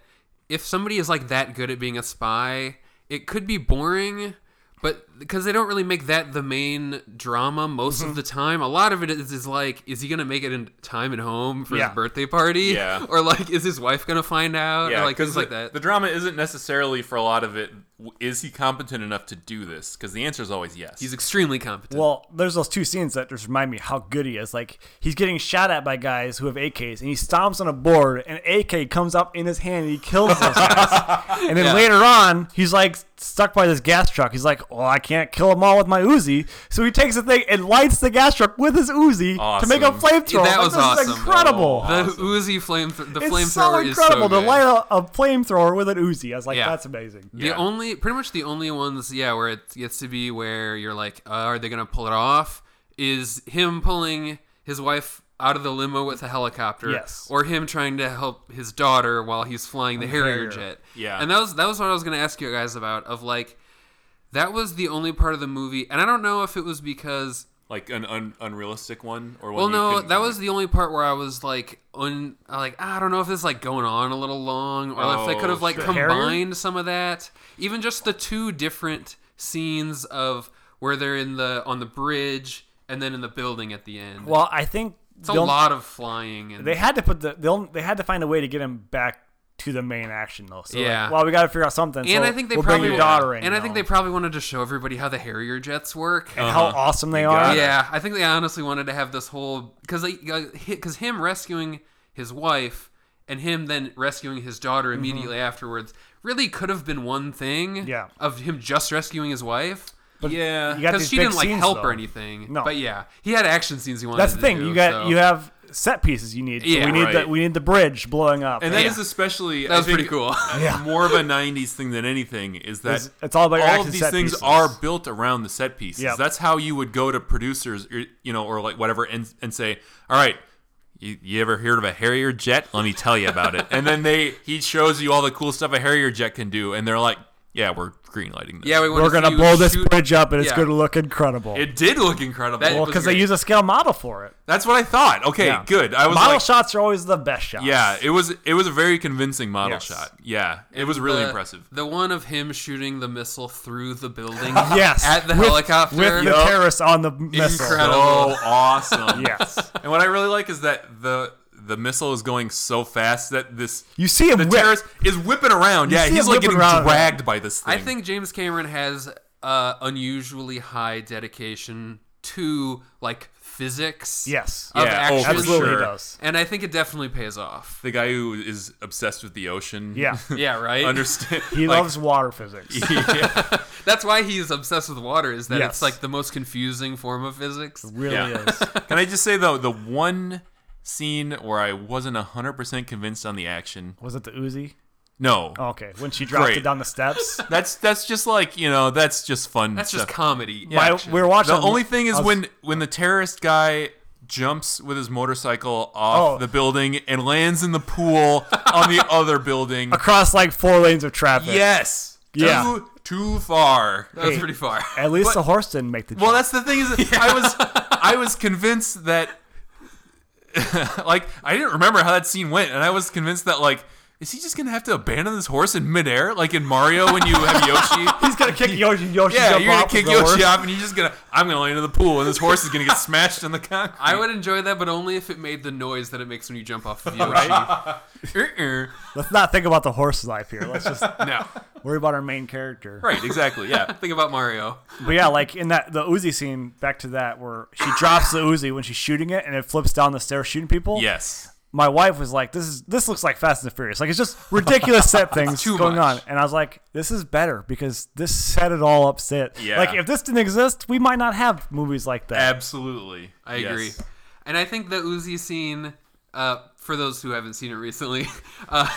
Speaker 3: if somebody is like that good at being a spy, it could be boring, but because they don't really make that the main drama most
Speaker 1: Mm-hmm.
Speaker 3: of the time. A lot of it is, is like, is he gonna make it in time at home for
Speaker 2: Yeah.
Speaker 3: his birthday party?
Speaker 1: Yeah.
Speaker 3: Or like, is his wife gonna find out?
Speaker 1: Yeah,
Speaker 3: or like things
Speaker 1: the,
Speaker 3: like that.
Speaker 1: the drama isn't necessarily for a lot of it. w- Is he competent enough to do this? Because the answer is always yes.
Speaker 3: He's extremely competent.
Speaker 2: Well, there's those two scenes that just remind me how good he is. Like he's getting shot at by guys who have AKs, and he stomps on a board, and an AK comes up in his hand, and he kills those guys. And then later on, he's like stuck by this gas truck. He's like, "Oh, I can't kill them all with my Uzi," so he takes the thing and lights the gas truck with his Uzi to make a
Speaker 1: Awesome.
Speaker 2: flamethrower. Like,
Speaker 3: that was
Speaker 2: this
Speaker 3: awesome.
Speaker 2: Is incredible.
Speaker 3: The Uzi flamethrower. The
Speaker 2: it's so
Speaker 3: flamethrower is so
Speaker 2: incredible
Speaker 3: good.
Speaker 2: to light a, a flamethrower with an Uzi. I was like,
Speaker 3: Yeah.
Speaker 2: "That's amazing."
Speaker 3: The
Speaker 1: Yeah.
Speaker 3: only, pretty much the only ones, yeah, where it gets to be where you're like, uh, are they gonna pull it off? Is him pulling his wife out of the limo with a helicopter,
Speaker 2: Yes.
Speaker 3: or him trying to help his daughter while he's flying the Harrier jet?
Speaker 1: Yeah.
Speaker 3: and that was that was what I was gonna ask you guys about. Of like, that was the only part of the movie, and I don't know if it was because
Speaker 1: like an un- unrealistic one, or one
Speaker 3: well,
Speaker 1: you
Speaker 3: no,
Speaker 1: couldn't-
Speaker 3: that was the only part where I was like, un, like I don't know if this is like going on a little long, or if they
Speaker 1: Oh,
Speaker 3: could have like
Speaker 1: sure.
Speaker 2: Harrier?
Speaker 3: combined some of that. Even just the two different scenes of where they're in the on the bridge and then in the building at the end.
Speaker 2: Well, I think
Speaker 3: it's a lot of flying and
Speaker 2: they had to put the they only, they had to find a way to get him back to the main action though. So yeah.
Speaker 3: Yeah.
Speaker 2: well, we got to figure out something. so
Speaker 3: and I think they
Speaker 2: we'll
Speaker 3: probably
Speaker 2: bring your daughter in.
Speaker 3: and I
Speaker 2: you
Speaker 3: think
Speaker 2: know,
Speaker 3: they Uh-huh. probably wanted to show everybody how the Harrier jets work.
Speaker 1: Oh,
Speaker 2: and how awesome they are.
Speaker 1: got it.
Speaker 3: Yeah, I think they honestly wanted to have this whole because because him rescuing his wife and him then rescuing his
Speaker 2: Mm-hmm.
Speaker 3: daughter immediately afterwards really could have been one thing.
Speaker 2: Yeah.
Speaker 3: of him just rescuing his wife
Speaker 1: yeah.
Speaker 2: You got
Speaker 3: because
Speaker 2: these
Speaker 3: she
Speaker 2: big
Speaker 3: didn't like
Speaker 2: scenes,
Speaker 3: help
Speaker 2: though.
Speaker 3: or anything.
Speaker 2: No.
Speaker 3: but yeah, he had action scenes he wanted.
Speaker 2: That's the
Speaker 3: to
Speaker 2: thing.
Speaker 3: do,
Speaker 2: you got
Speaker 3: so-
Speaker 2: you have set pieces you need. So
Speaker 3: Yeah,
Speaker 2: we need
Speaker 1: right.
Speaker 2: the, we need the bridge blowing up.
Speaker 1: and that is
Speaker 3: Yeah.
Speaker 1: especially
Speaker 3: That was
Speaker 1: I think,
Speaker 3: pretty cool.
Speaker 1: More of a '90s thing than anything is that
Speaker 2: It's- it's all about your action
Speaker 1: of these
Speaker 2: set
Speaker 1: things
Speaker 2: pieces.
Speaker 1: are built around the set pieces.
Speaker 2: Yep.
Speaker 1: That's how you would go to producers, or, you know, or like whatever, and and say, "All right, you, you ever heard of a Harrier jet? Let me tell you about it." And then they he shows you all the cool stuff a Harrier jet can do, and they're like, "Yeah, we're greenlighting this."
Speaker 3: yeah, we
Speaker 2: We're
Speaker 3: going to
Speaker 2: gonna blow this
Speaker 3: shoot-
Speaker 2: bridge up, and it's
Speaker 3: Yeah.
Speaker 2: gonna look incredible.
Speaker 1: it did look incredible.
Speaker 3: That-
Speaker 2: well,
Speaker 3: was
Speaker 2: because they
Speaker 3: great.
Speaker 2: use a scale model for it.
Speaker 1: That's what I thought. Okay,
Speaker 2: Yeah.
Speaker 1: good. I was
Speaker 2: model
Speaker 1: like,
Speaker 2: shots are always the best shots.
Speaker 1: yeah, it was it was a very convincing model
Speaker 2: Yes.
Speaker 1: shot. Yeah, it was really
Speaker 3: the-
Speaker 1: impressive.
Speaker 3: The one of him shooting the missile through the building.
Speaker 2: Yes.
Speaker 3: at the
Speaker 2: with,
Speaker 3: helicopter.
Speaker 2: with the terrorists on the missile.
Speaker 3: Incredible.
Speaker 1: So awesome.
Speaker 2: Yes.
Speaker 1: And what I really like is that the the missile is going so fast that this
Speaker 2: You see him
Speaker 1: the
Speaker 2: whip.
Speaker 1: terrorist is whipping around. yeah,
Speaker 2: see
Speaker 1: he's
Speaker 2: him
Speaker 1: like
Speaker 2: whipping
Speaker 1: getting
Speaker 2: around.
Speaker 1: dragged by this thing.
Speaker 3: I think James Cameron has uh, unusually high dedication to like physics.
Speaker 2: Yes.
Speaker 3: Of
Speaker 1: Yeah, oh,
Speaker 3: action.
Speaker 1: for
Speaker 2: Absolutely
Speaker 1: sure.
Speaker 2: does.
Speaker 3: And I think it definitely pays off.
Speaker 1: the guy who is obsessed with the ocean.
Speaker 2: Yeah.
Speaker 3: Yeah, right.
Speaker 1: understand.
Speaker 2: He
Speaker 1: like,
Speaker 2: loves water physics.
Speaker 1: yeah.
Speaker 3: That's why he's obsessed with water. Is that
Speaker 2: Yes.
Speaker 3: it's like the most confusing form of physics.
Speaker 2: Really
Speaker 1: Yeah.
Speaker 2: is.
Speaker 1: Can I just say though the one scene where I wasn't hundred percent convinced on the action
Speaker 2: Was it the Uzi?
Speaker 1: No.
Speaker 2: Okay, when she dropped it
Speaker 1: Great.
Speaker 2: down the steps.
Speaker 1: That's that's just like you know that's just fun.
Speaker 3: That's just
Speaker 1: stuff.
Speaker 3: comedy.
Speaker 2: My-
Speaker 3: action.
Speaker 2: we were watching.
Speaker 1: the only thing is
Speaker 2: I was-
Speaker 1: when when the terrorist guy jumps with his motorcycle off
Speaker 2: Oh.
Speaker 1: the building and lands in the pool on the other building.
Speaker 2: across like four lanes of traffic.
Speaker 1: Yes.
Speaker 2: Yeah.
Speaker 1: Too, too far.
Speaker 3: that was
Speaker 2: Hey.
Speaker 3: pretty far.
Speaker 2: At least the horse didn't make the.
Speaker 1: Well,
Speaker 2: jump.
Speaker 1: that's the thing is that I was I was convinced that like I didn't remember how that scene went, and I was convinced that like. Is he just gonna have to abandon this horse in midair, like in Mario when you have Yoshi?
Speaker 2: he's gonna kick Yoshi. Yoshi
Speaker 1: yeah,
Speaker 2: up
Speaker 1: you're gonna
Speaker 2: off
Speaker 1: kick
Speaker 2: the horse.
Speaker 1: Yoshi off, and you're just gonna. I'm gonna land in the pool, and this horse is gonna get smashed in the concrete.
Speaker 3: I would enjoy that, but only if it made the noise that it makes when you jump off the view.
Speaker 1: Uh-uh.
Speaker 2: Let's not think about the horse's life here. Let's just
Speaker 3: no,
Speaker 2: worry about our main character.
Speaker 1: Right, exactly. Yeah,
Speaker 3: think about Mario.
Speaker 2: But yeah, like in that the Uzi scene, back to that where she drops the Uzi when she's shooting it and it flips down the stairs shooting people.
Speaker 1: yes.
Speaker 2: My wife was like, This is this looks like Fast and the Furious. Like it's just ridiculous set things
Speaker 3: Too
Speaker 2: going
Speaker 3: much.
Speaker 2: on. And I was like, This is better because this set it all up set.
Speaker 1: Yeah.
Speaker 2: Like if this didn't exist, we might not have movies like that.
Speaker 1: Absolutely.
Speaker 3: I agree. And I think the Uzi scene, uh, for those who haven't seen it recently, uh,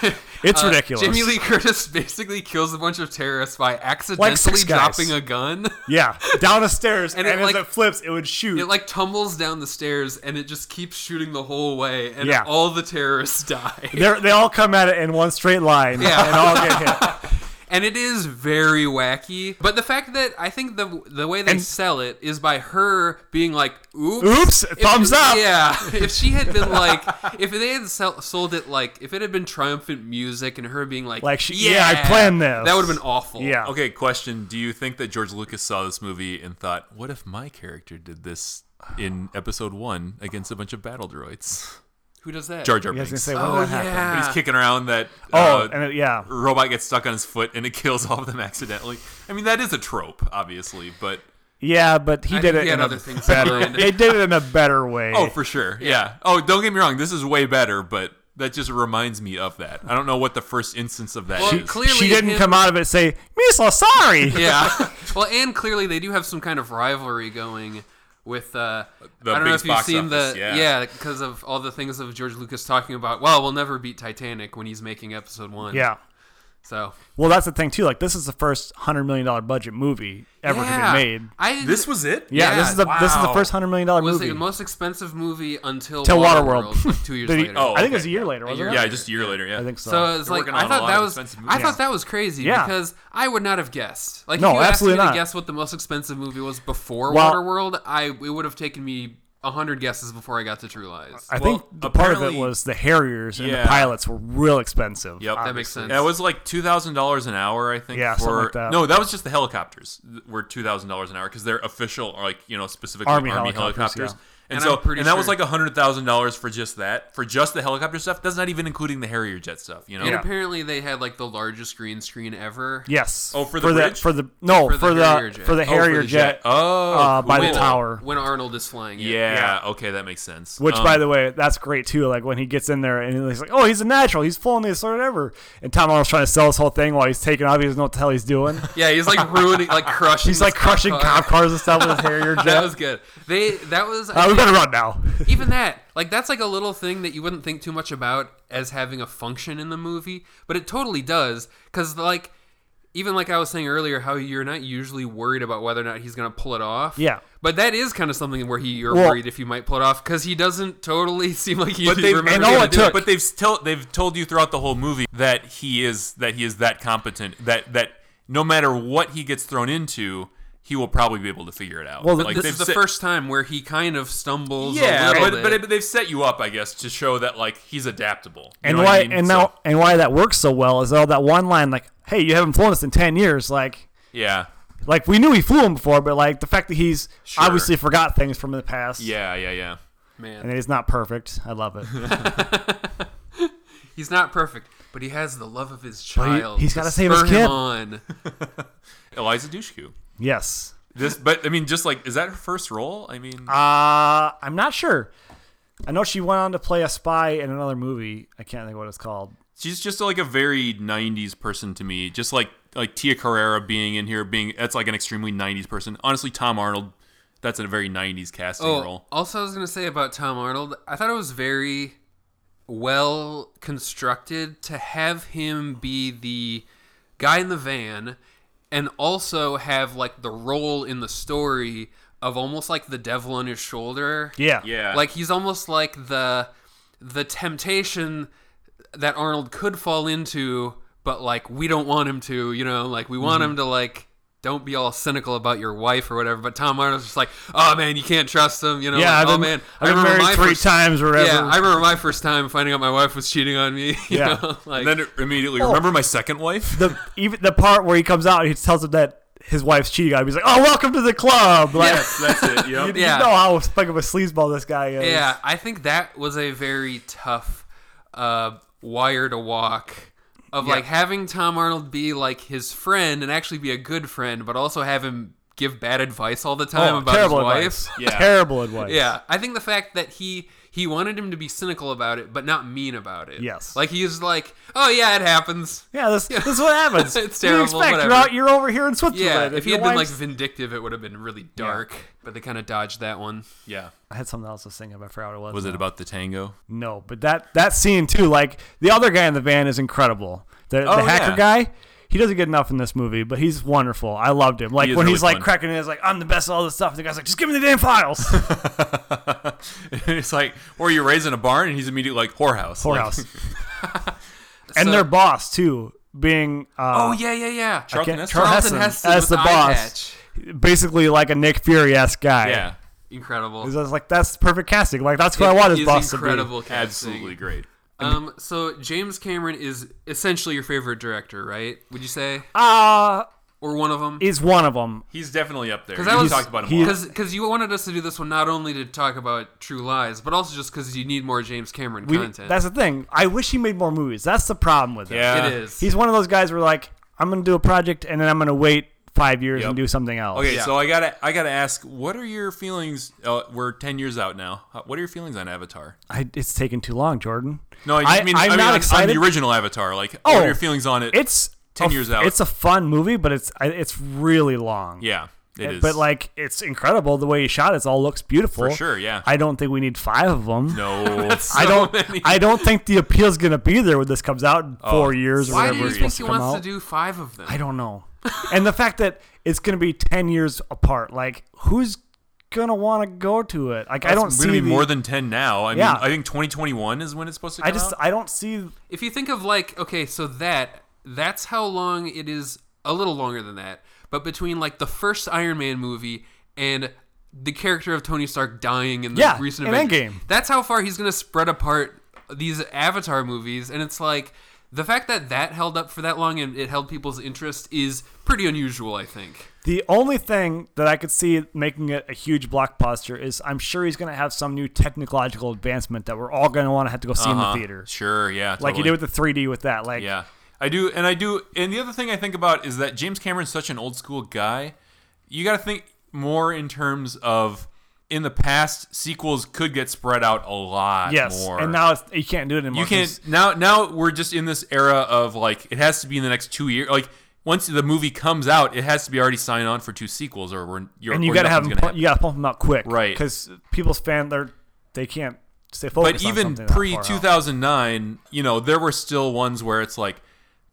Speaker 2: It's
Speaker 3: uh,
Speaker 2: ridiculous.
Speaker 3: Jamie Lee Curtis basically kills a bunch of terrorists by
Speaker 2: Like
Speaker 3: accidentally
Speaker 2: six guys.
Speaker 3: dropping a gun.
Speaker 2: yeah. Down the stairs and,
Speaker 3: And it,
Speaker 2: as
Speaker 3: like-
Speaker 2: it flips, it would shoot.
Speaker 3: It like tumbles down the stairs and it just keeps shooting the whole way, and
Speaker 2: Yeah.
Speaker 3: all the terrorists die.
Speaker 2: They're, they all come at it in one straight line
Speaker 3: Yeah.
Speaker 2: and all get hit.
Speaker 3: and it is very wacky. But the fact that I think the the way they
Speaker 2: And-
Speaker 3: sell it is by her being like, "Oops,
Speaker 2: Oops, thumbs up.
Speaker 3: Yeah, if she had been like, if they had sell, sold it like, if it had been triumphant music and her being like,
Speaker 2: Like she- yeah, I planned this.
Speaker 3: That would have been awful.
Speaker 2: Yeah.
Speaker 1: Okay, question. Do you think that George Lucas saw this movie and thought, what if my character did this in episode one against a bunch of battle droids?
Speaker 3: who does that?
Speaker 1: Jar Jar
Speaker 2: You guys gonna
Speaker 1: Binks.
Speaker 2: say what
Speaker 3: Oh
Speaker 2: would happen?
Speaker 1: But
Speaker 3: yeah.
Speaker 1: he's kicking around that
Speaker 2: Oh,
Speaker 1: uh,
Speaker 2: and it, yeah.
Speaker 1: robot gets stuck on his foot and it kills all of them accidentally. I mean, that is a trope, obviously, but
Speaker 2: Yeah, but he
Speaker 3: I
Speaker 2: did
Speaker 3: think
Speaker 2: it
Speaker 3: he
Speaker 2: in
Speaker 3: had
Speaker 2: a
Speaker 3: other things in
Speaker 2: better.
Speaker 3: mind.
Speaker 2: they did it in a better way.
Speaker 1: oh, for sure. Yeah. Oh, don't get me wrong. This is way better, but that just reminds me of that. I don't know what the first instance of that is.
Speaker 3: Well, clearly
Speaker 2: she didn't
Speaker 3: him-
Speaker 2: come out of it and say, "Me so sorry."
Speaker 3: Yeah. well, and clearly they do have some kind of rivalry going with. Uh,
Speaker 1: The
Speaker 3: I don't know
Speaker 1: big
Speaker 3: if you've
Speaker 1: box
Speaker 3: seen
Speaker 1: office,
Speaker 3: the
Speaker 1: yeah.
Speaker 3: because of all the things of George Lucas talking about. Well, we'll never beat Titanic when he's making Episode One.
Speaker 2: Yeah.
Speaker 3: So
Speaker 2: Well, that's the thing too. Like, this is the first hundred million dollar budget movie ever
Speaker 3: yeah,
Speaker 2: to be made.
Speaker 3: I didn't,
Speaker 1: This was it?
Speaker 2: Yeah, this is the this is the
Speaker 1: wow.
Speaker 2: first hundred million dollar
Speaker 3: was
Speaker 2: movie.
Speaker 3: the most expensive movie until
Speaker 2: Till
Speaker 3: Waterworld,
Speaker 2: Waterworld.
Speaker 3: like two years
Speaker 2: That he-
Speaker 3: later.
Speaker 1: Oh,
Speaker 2: I think it was a
Speaker 1: okay.
Speaker 2: year later, wasn't
Speaker 3: year
Speaker 2: it?
Speaker 1: Yeah, just a year later. Yeah.
Speaker 2: I think so.
Speaker 3: So it's like
Speaker 1: working
Speaker 3: I
Speaker 1: on a
Speaker 3: thought
Speaker 1: lot
Speaker 3: that
Speaker 1: of
Speaker 3: was
Speaker 1: expensive
Speaker 3: I
Speaker 1: movies.
Speaker 3: thought that was crazy
Speaker 2: Yeah.
Speaker 3: because I would not have guessed. Like
Speaker 2: No,
Speaker 3: if you asked me
Speaker 2: absolutely
Speaker 3: to
Speaker 2: not.
Speaker 3: guess what the most expensive movie was before
Speaker 2: Well-
Speaker 3: Waterworld, I it would have taken me a hundred guesses before I got to True Lies.
Speaker 2: I
Speaker 1: well,
Speaker 2: think the part of it
Speaker 1: apparently-
Speaker 2: was the Harriers and
Speaker 1: Yeah.
Speaker 2: the pilots were real expensive.
Speaker 1: Yep.
Speaker 3: that makes sense.
Speaker 1: That was like two thousand dollars an hour, I think.
Speaker 2: Yeah,
Speaker 1: for,
Speaker 2: something like that.
Speaker 1: No, that was just the helicopters th- were two thousand dollars an hour because they're official, or like you know, specifically
Speaker 2: Army
Speaker 1: army,
Speaker 2: helicopters,
Speaker 1: helicopters.
Speaker 2: yeah.
Speaker 1: And,
Speaker 3: And
Speaker 1: so,
Speaker 3: I'm pretty
Speaker 1: and that was
Speaker 3: sure-
Speaker 1: like hundred thousand dollars for just that, for just the helicopter stuff. That's not even including the Harrier jet stuff, you know.
Speaker 3: And
Speaker 2: Yeah.
Speaker 3: apparently they had like the largest green screen ever.
Speaker 2: Yes.
Speaker 1: Oh, for the
Speaker 2: for the
Speaker 1: bridge?
Speaker 2: for the no
Speaker 3: For the
Speaker 2: for
Speaker 3: Harrier
Speaker 2: the
Speaker 3: jet.
Speaker 2: for the
Speaker 3: Oh,
Speaker 1: Oh, for
Speaker 2: Harrier
Speaker 1: the
Speaker 2: jet
Speaker 1: Oh,
Speaker 2: uh, by the
Speaker 1: cool.
Speaker 2: tower.
Speaker 3: When Arnold is flying it.
Speaker 1: Yeah, Okay, that makes sense.
Speaker 2: Which,
Speaker 1: Um,
Speaker 2: by the way, that's great too. Like when he gets in there and he's like, "Oh, he's a natural. He's full on this or whatever." And Tom Arnold's trying to sell this whole thing while he's taking off. He doesn't know what the hell he's doing.
Speaker 3: Yeah, he's like ruining like crushing
Speaker 2: He's like
Speaker 3: this
Speaker 2: crushing
Speaker 3: car.
Speaker 2: cop cars and stuff with his Harrier jet.
Speaker 3: That was good. They that was I
Speaker 2: Uh, we
Speaker 3: think-
Speaker 2: better run now.
Speaker 3: even that like that's like a little thing that you wouldn't think too much about as having a function in the movie but it totally does because like even like i was saying earlier how you're not usually worried about whether or not he's gonna pull it off
Speaker 2: Yeah.
Speaker 3: but that is kind of something where he you're
Speaker 2: Well-
Speaker 3: worried if you might pull it off because he doesn't totally seem like he
Speaker 1: But they've,
Speaker 3: remembers
Speaker 2: all
Speaker 3: how to
Speaker 2: it
Speaker 3: do
Speaker 2: took-
Speaker 1: but they've still they've told you throughout the whole movie that he is that he is that competent that that no matter what he gets thrown into, he will probably be able to figure it out.
Speaker 2: Well, th-
Speaker 1: like,
Speaker 3: this
Speaker 1: they've
Speaker 3: is the
Speaker 1: said-
Speaker 3: first time where he kind of stumbles a
Speaker 1: Yeah,
Speaker 3: little
Speaker 1: but,
Speaker 3: bit.
Speaker 1: but it- they've set you up, I guess, to show that like he's adaptable. You
Speaker 2: And
Speaker 1: know what
Speaker 2: why
Speaker 1: I mean?
Speaker 2: and
Speaker 1: So,
Speaker 2: now and why that works so well is all that one line like, "Hey, you haven't flown us in ten years." Like,
Speaker 1: yeah,
Speaker 2: like we knew he flew him before, but like the fact that he's
Speaker 1: Sure.
Speaker 2: obviously forgot things from the past.
Speaker 1: yeah, yeah, yeah.
Speaker 2: And
Speaker 3: man
Speaker 2: that he's not perfect. I love it.
Speaker 3: he's not perfect but he has the love of his
Speaker 2: he-
Speaker 3: child
Speaker 2: he's
Speaker 3: to
Speaker 2: gotta save his
Speaker 3: spur him
Speaker 2: kid.
Speaker 3: on
Speaker 1: Eliza Dushku.
Speaker 2: yes.
Speaker 1: This, but I mean, just like, is that her first role? I mean,
Speaker 2: Uh, I'm not sure. I know she went on to play a spy in another movie. I can't think of what it's called.
Speaker 1: she's just like a very '90s person to me. Just like like Tia Carrera being in here, being that's like an extremely '90s person. Honestly, Tom Arnold,
Speaker 3: Oh,
Speaker 1: that's a very '90s casting role.
Speaker 3: Also, I was gonna say about Tom Arnold. I thought it was very well constructed to have him be the guy in the van and also have like the role in the story of almost like the devil on his shoulder.
Speaker 2: Yeah.
Speaker 1: Yeah.
Speaker 3: Like he's almost like the the temptation that Arnold could fall into, but like we don't want him to, you know, like we
Speaker 2: Mm-hmm.
Speaker 3: want him to like don't be all cynical about your wife or whatever. But Tom Arnold's just like, oh man, you can't trust him, you know.
Speaker 2: Yeah,
Speaker 3: like,
Speaker 2: I've been,
Speaker 3: oh man, I
Speaker 2: I've been
Speaker 3: remember my
Speaker 2: married three
Speaker 3: first-
Speaker 2: times or whatever.
Speaker 3: Yeah, I remember my first time finding out my wife was cheating on me. You
Speaker 2: Yeah.
Speaker 3: know? like
Speaker 1: and then immediately, remember my second wife?
Speaker 2: the even the part where he comes out, and he tells him that his wife's cheating on him. He's like, "Oh, welcome to the club." Like,
Speaker 1: yes, that's it. Yep.
Speaker 2: you,
Speaker 3: Yeah.
Speaker 2: you know how fucking of a sleazeball this guy is.
Speaker 3: Yeah, I think that was a very tough uh, wire to walk of like having Tom Arnold be like his friend and actually be a good friend, but also have him give bad advice all the time
Speaker 2: Oh,
Speaker 3: about his
Speaker 2: terrible
Speaker 3: wife.
Speaker 2: advice.
Speaker 1: Yeah.
Speaker 2: Terrible advice.
Speaker 3: Yeah, I think the fact that he he wanted him to be cynical about it, but not mean about it.
Speaker 2: Yes.
Speaker 3: like he's like, oh yeah, it happens.
Speaker 2: Yeah, this, this is what happens.
Speaker 3: It's
Speaker 2: What do
Speaker 3: terrible,
Speaker 2: You expect?
Speaker 3: whatever.
Speaker 2: You're, out, you're over here in Switzerland.
Speaker 3: Yeah, if he
Speaker 2: your
Speaker 3: had been like
Speaker 2: wife's-
Speaker 3: vindictive, it would have been really dark. But they kind of dodged that one.
Speaker 1: Yeah.
Speaker 2: I had something else to sing of. I forgot what it was.
Speaker 1: Was
Speaker 2: now.
Speaker 1: it about the tango?
Speaker 2: No, but that that scene too, like the other guy in the van is incredible. The, the
Speaker 1: Oh, yeah.
Speaker 2: hacker guy, he doesn't get enough in this movie, but he's wonderful. I loved him. Like
Speaker 1: He is
Speaker 2: when
Speaker 1: really
Speaker 2: he's like
Speaker 1: fun.
Speaker 2: cracking it, he's like, "I'm the best at all this stuff." And the guy's like, "Just give me the damn files."
Speaker 1: it's like, or you're raising a barn, and he's immediately like whorehouse.
Speaker 2: Poorhouse.
Speaker 1: Like,
Speaker 2: and
Speaker 3: So-
Speaker 2: their boss too, being
Speaker 3: Oh
Speaker 2: uh,
Speaker 3: yeah, yeah, yeah.
Speaker 1: Charlton
Speaker 2: Again,
Speaker 1: Heston.
Speaker 2: Charles
Speaker 3: Charlton
Speaker 2: Heston
Speaker 3: Heston
Speaker 2: as
Speaker 3: with
Speaker 2: the
Speaker 3: eye
Speaker 2: boss.
Speaker 3: patch.
Speaker 2: basically like a Nick Fury esque guy.
Speaker 1: yeah,
Speaker 3: Incredible.
Speaker 2: It's just like that's perfect casting. Like that's what I want his
Speaker 3: is
Speaker 2: boss
Speaker 3: incredible casting.
Speaker 1: absolutely great.
Speaker 3: Um, so James Cameron is essentially your favorite director, right? Would you say,
Speaker 2: to be. Uh
Speaker 3: or one of them?
Speaker 2: is one of them.
Speaker 1: He's definitely up there.
Speaker 3: Because I
Speaker 1: We
Speaker 3: was
Speaker 1: talked about him. a lot.
Speaker 3: because you wanted us to do this one not only to talk about True Lies, but also just because you need more James Cameron
Speaker 2: We,
Speaker 3: content.
Speaker 2: that's the thing. I wish he made more movies. That's the problem with it.
Speaker 1: Yeah.
Speaker 3: it is.
Speaker 2: He's one of those guys where like I'm gonna do a project and then I'm gonna wait five years
Speaker 1: Yep.
Speaker 2: and do something else.
Speaker 1: Okay,
Speaker 3: Yeah.
Speaker 1: so I gotta I gotta ask, what are your feelings? Uh, we're ten years out now. Uh, What are your feelings on Avatar?
Speaker 2: I, it's taken too long, Jordan.
Speaker 1: No, I, just mean, I
Speaker 2: am
Speaker 1: mean
Speaker 2: not
Speaker 1: on,
Speaker 2: excited.
Speaker 1: on the original Avatar. Like, what
Speaker 2: Oh,
Speaker 1: are your feelings on it?
Speaker 2: It's
Speaker 1: 10
Speaker 2: a-
Speaker 1: years out.
Speaker 2: It's a fun movie, but it's I- it's really long.
Speaker 1: yeah, it is.
Speaker 2: But like, it's incredible the way he shot it. It all looks beautiful.
Speaker 1: For sure, yeah.
Speaker 2: I don't think we need five of them.
Speaker 1: no,
Speaker 2: I
Speaker 3: So
Speaker 2: don't.
Speaker 3: many. Oh.
Speaker 2: I don't think the appeal's gonna be there when this comes out in four years or
Speaker 3: Why
Speaker 2: whatever
Speaker 3: do you
Speaker 2: it's
Speaker 3: think
Speaker 2: supposed
Speaker 3: he
Speaker 2: to come
Speaker 3: wants
Speaker 2: out.
Speaker 3: to do five of them?
Speaker 2: I don't know. and the fact that it's gonna be ten years apart, like who's gonna want to go to it? Like I don't
Speaker 1: It's
Speaker 2: see
Speaker 1: gonna be
Speaker 2: the-
Speaker 1: more than ten now. I
Speaker 2: Yeah.
Speaker 1: mean, I think twenty twenty one is when it's supposed to. Come
Speaker 2: I just
Speaker 1: out.
Speaker 2: I don't see
Speaker 3: if you think of like okay so that that's how long it is a little longer than that but between like the first iron man movie and the character of tony stark dying in the
Speaker 2: Yeah,
Speaker 3: recent
Speaker 2: in
Speaker 3: Avengers,
Speaker 2: Endgame.
Speaker 3: that's how far he's gonna spread apart these avatar movies and it's like the fact that that held up for that long and it held people's interest is pretty unusual i think
Speaker 2: The only thing that I could see making it a huge blockbuster is I'm sure he's going to have some new technological advancement that we're all going to want to have to go see in the
Speaker 1: Uh-huh.
Speaker 2: theater.
Speaker 1: Sure, yeah,
Speaker 2: Like
Speaker 1: totally.
Speaker 2: you did with the 3D with that. Like,
Speaker 1: Yeah, I do, and I do. And the other thing I think about is that James Cameron's such an old school guy. You got to think more in terms of in the past sequels could get spread out a lot
Speaker 2: yes.
Speaker 1: more.
Speaker 2: And now it's, you can't do it anymore.
Speaker 1: you can't
Speaker 2: 'cause-
Speaker 1: now. Now we're just in this era of like it has to be in the next two years. Like once the movie comes out, it has to be already signed on for two sequels, or we're you're,
Speaker 2: And you
Speaker 1: or
Speaker 2: got to have
Speaker 1: nothing's gonna
Speaker 2: them. Pu-
Speaker 1: happen.
Speaker 2: you got to pump them out quick,
Speaker 1: Right.
Speaker 2: Because people's fan, they're they can't stay focused.
Speaker 1: but
Speaker 2: on
Speaker 1: even
Speaker 2: something that far
Speaker 1: pre
Speaker 2: out.
Speaker 1: 2009 you know there were still ones where it's like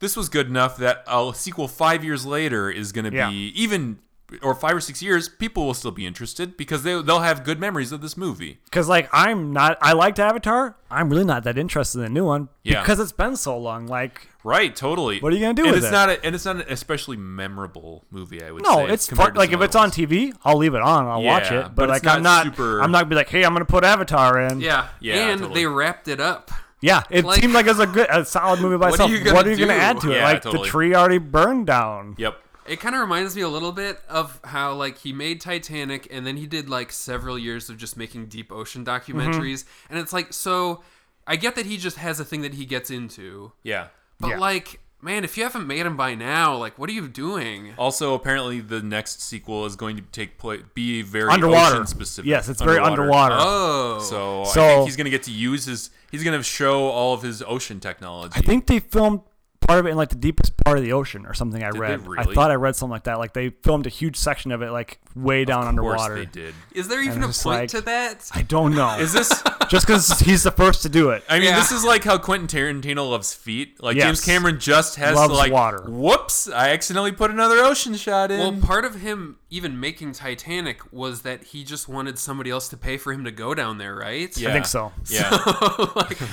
Speaker 1: this was good enough that a sequel five years later is going to
Speaker 2: Yeah.
Speaker 1: be even or five or six years people will still be interested because they, they'll have good memories of this movie
Speaker 2: Because like I'm not, I liked Avatar. I'm really not that interested in the new one
Speaker 1: Yeah.
Speaker 2: because it's been so long. Like
Speaker 1: right totally
Speaker 2: What are you gonna do
Speaker 1: and
Speaker 2: with
Speaker 1: it's
Speaker 2: it?
Speaker 1: not a, and it's not an especially memorable movie i would
Speaker 2: No,
Speaker 1: say
Speaker 2: it's fun.
Speaker 1: compared to
Speaker 2: Like
Speaker 1: some
Speaker 2: if it's
Speaker 1: other
Speaker 2: on
Speaker 1: ones.
Speaker 2: TV, I'll leave it on. I'll watch
Speaker 1: Yeah,
Speaker 2: it. But,
Speaker 1: but
Speaker 2: like
Speaker 1: it's not
Speaker 2: I'm not,
Speaker 1: super-
Speaker 2: I'm not gonna be like, hey, I'm gonna put Avatar in.
Speaker 3: yeah
Speaker 1: Yeah,
Speaker 3: and
Speaker 1: totally.
Speaker 3: they wrapped it up
Speaker 2: yeah. It
Speaker 3: Like-
Speaker 2: seemed like it was a good, a solid movie by
Speaker 3: What are
Speaker 2: itself.
Speaker 3: you gonna
Speaker 2: what are you gonna
Speaker 3: do?
Speaker 2: add to it?
Speaker 1: Yeah,
Speaker 2: like the
Speaker 1: totally.
Speaker 2: tree already burned down.
Speaker 1: yep
Speaker 3: It kind of reminds me a little bit of how like he made Titanic and then he did like several years of just making deep ocean
Speaker 2: Mm-hmm.
Speaker 3: documentaries and it's like so I get that he just has a thing that he gets into.
Speaker 1: yeah
Speaker 3: But
Speaker 2: Yeah.
Speaker 3: like man, if you haven't made him by now, like what are you doing?
Speaker 1: also apparently the next sequel is going to take place be very
Speaker 2: Underwater.
Speaker 1: ocean specific
Speaker 2: Yes, it's very underwater.
Speaker 3: Oh.
Speaker 1: so,
Speaker 2: So-
Speaker 1: i think he's going to get to use his he's going to show all of his ocean technology
Speaker 2: I think they filmed part of it in like the deepest part of the ocean or something. I
Speaker 1: Did they
Speaker 2: read. I
Speaker 1: really?
Speaker 2: thought I read something like that. Like they filmed a huge section of it like way down
Speaker 1: Of course
Speaker 2: underwater.
Speaker 1: they did.
Speaker 3: Is there even a
Speaker 2: it's
Speaker 3: point
Speaker 2: like-
Speaker 3: to that?
Speaker 2: I don't know.
Speaker 1: Is this?
Speaker 2: just because he's the first to do it?
Speaker 1: I mean,
Speaker 3: Yeah.
Speaker 1: this is like how Quentin Tarantino loves feet. Like
Speaker 2: Yes.
Speaker 1: James Cameron just has
Speaker 2: Loves
Speaker 1: to like,
Speaker 2: water.
Speaker 1: whoops, I accidentally put another ocean shot in.
Speaker 3: Well, part of him even making Titanic was that he just wanted somebody else to pay for him to go down there, right?
Speaker 1: yeah.
Speaker 2: I think so.
Speaker 1: Yeah,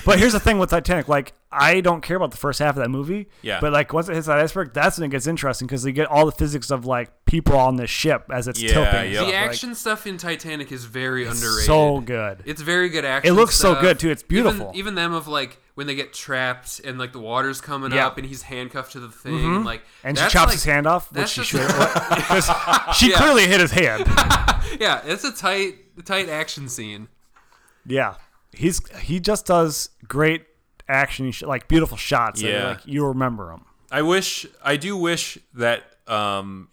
Speaker 2: But here's the thing with Titanic. Like, I don't care about the first half of that movie.
Speaker 1: Yeah.
Speaker 2: But like, once it hits that iceberg, that's when it gets interesting because you get all the physics of like people on this ship as it's
Speaker 1: Yeah,
Speaker 2: tilting.
Speaker 1: yeah.
Speaker 3: The
Speaker 1: Like-
Speaker 3: action stuff in Titanic is very underrated.
Speaker 2: So good.
Speaker 3: It's very good action.
Speaker 2: It looks so
Speaker 3: stuff.
Speaker 2: good, too. It's beautiful.
Speaker 3: Even, even them of like when they get trapped and like the water's coming
Speaker 2: Yeah. Mm-hmm.
Speaker 3: up and he's handcuffed to the thing and like
Speaker 2: and she
Speaker 3: that's,
Speaker 2: chops
Speaker 3: like-
Speaker 2: his hand off, which
Speaker 3: that's
Speaker 2: she
Speaker 3: just-
Speaker 2: should. Because she clearly hit his hand.
Speaker 3: yeah, it's a tight tight action scene.
Speaker 2: Yeah. He's he just does great action, sh- like beautiful shots. Yeah.
Speaker 1: Yeah.
Speaker 2: like you remember him.
Speaker 1: I wish. I do wish that um,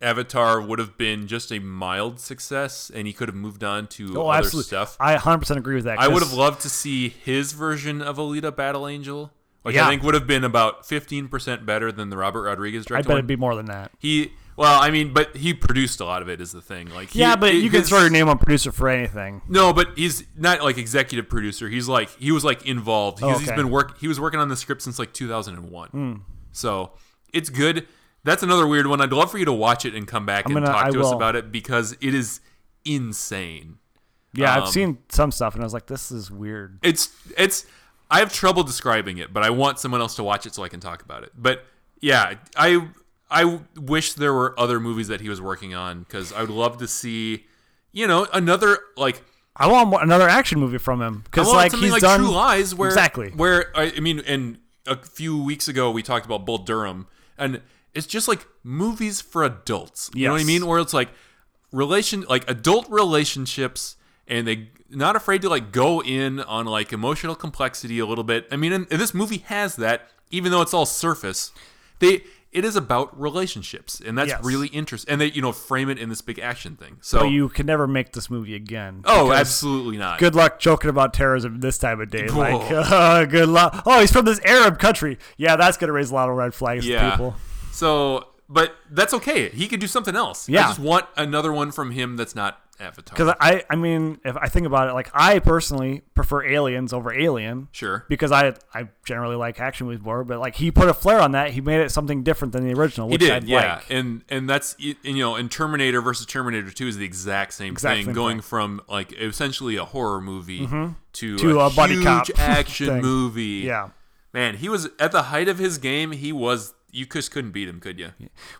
Speaker 1: Avatar would have been just a mild success, and he could have moved on to
Speaker 2: Oh,
Speaker 1: other
Speaker 2: absolutely.
Speaker 1: stuff.
Speaker 2: I 100 percent agree with that.
Speaker 1: I would
Speaker 2: 'cause-
Speaker 1: have loved to see his version of Alita Battle Angel, which
Speaker 2: Yeah.
Speaker 1: I think would have been about fifteen percent better than the Robert Rodriguez
Speaker 2: I
Speaker 1: directed
Speaker 2: bet it'd
Speaker 1: one.
Speaker 2: be more than that.
Speaker 1: he, well, I mean, but he produced a lot of it. Is the thing like he-
Speaker 2: Yeah, but
Speaker 1: it-
Speaker 2: you can
Speaker 1: his-
Speaker 2: throw your name on producer for anything.
Speaker 1: No, but he's not like executive producer. He's like he was like involved. He's, he's
Speaker 2: Oh, okay. Hmm.
Speaker 1: been work. He was working on the script since like 2001. So it's good. That's another weird one. I'd love for you to watch it and come back and
Speaker 2: gonna-
Speaker 1: talk
Speaker 2: I
Speaker 1: to us
Speaker 2: will.
Speaker 1: about it because it is insane.
Speaker 2: Yeah, I've
Speaker 1: Um,
Speaker 2: seen some stuff, and I was like, "This is weird."
Speaker 1: It's it's. I have trouble describing it, but I want someone else to watch it so I can talk about it. But yeah, I I wish there were other movies that he was working on because I would love to see, you know, another like
Speaker 2: I want more, another action movie from him because
Speaker 1: I want
Speaker 2: like
Speaker 1: something
Speaker 2: he's
Speaker 1: like
Speaker 2: done
Speaker 1: True Lies, where
Speaker 2: exactly.
Speaker 1: where I, I mean, and a few weeks ago we talked about Bull Durham, and it's just like movies for adults. You know what I
Speaker 2: Yes.
Speaker 1: mean? Where it's like relation, like adult relationships, and they not afraid to like go in on like emotional complexity a little bit. I mean, and, and this movie has that, even though it's all surface. They it is about relationships, and that's
Speaker 2: Yes.
Speaker 1: really interesting. And they you know frame it in this big action thing. So
Speaker 2: but you can never make this movie again.
Speaker 1: oh,
Speaker 2: because
Speaker 1: absolutely not.
Speaker 2: Good luck joking about terrorism this time of day. Like,
Speaker 1: Cool.
Speaker 2: uh, good luck. Oh, he's from this Arab country. Yeah, that's gonna raise a lot of red flags to people.
Speaker 1: So, but that's okay. He could do something else.
Speaker 2: Yeah.
Speaker 1: I just want another one from him that's not Avatar.
Speaker 2: Because I, I mean, if I think about it, like I personally prefer Aliens over Alien.
Speaker 1: Sure.
Speaker 2: Because I, I generally like action movies more, but like he put a flair on that. He made it something different than the original,
Speaker 1: he
Speaker 2: which
Speaker 1: did,
Speaker 2: I'd
Speaker 1: yeah.
Speaker 2: like.
Speaker 1: And and that's and, you know, and Terminator versus Terminator Two is the exact same
Speaker 2: Exact
Speaker 1: thing,
Speaker 2: same
Speaker 1: going
Speaker 2: thing. Mm-hmm.
Speaker 1: from like essentially a horror movie to,
Speaker 2: To a buddy
Speaker 1: huge
Speaker 2: cop
Speaker 1: action
Speaker 2: thing.
Speaker 1: movie.
Speaker 2: Yeah.
Speaker 1: man, he was at the height of his game. He was. You just couldn't beat him, could you?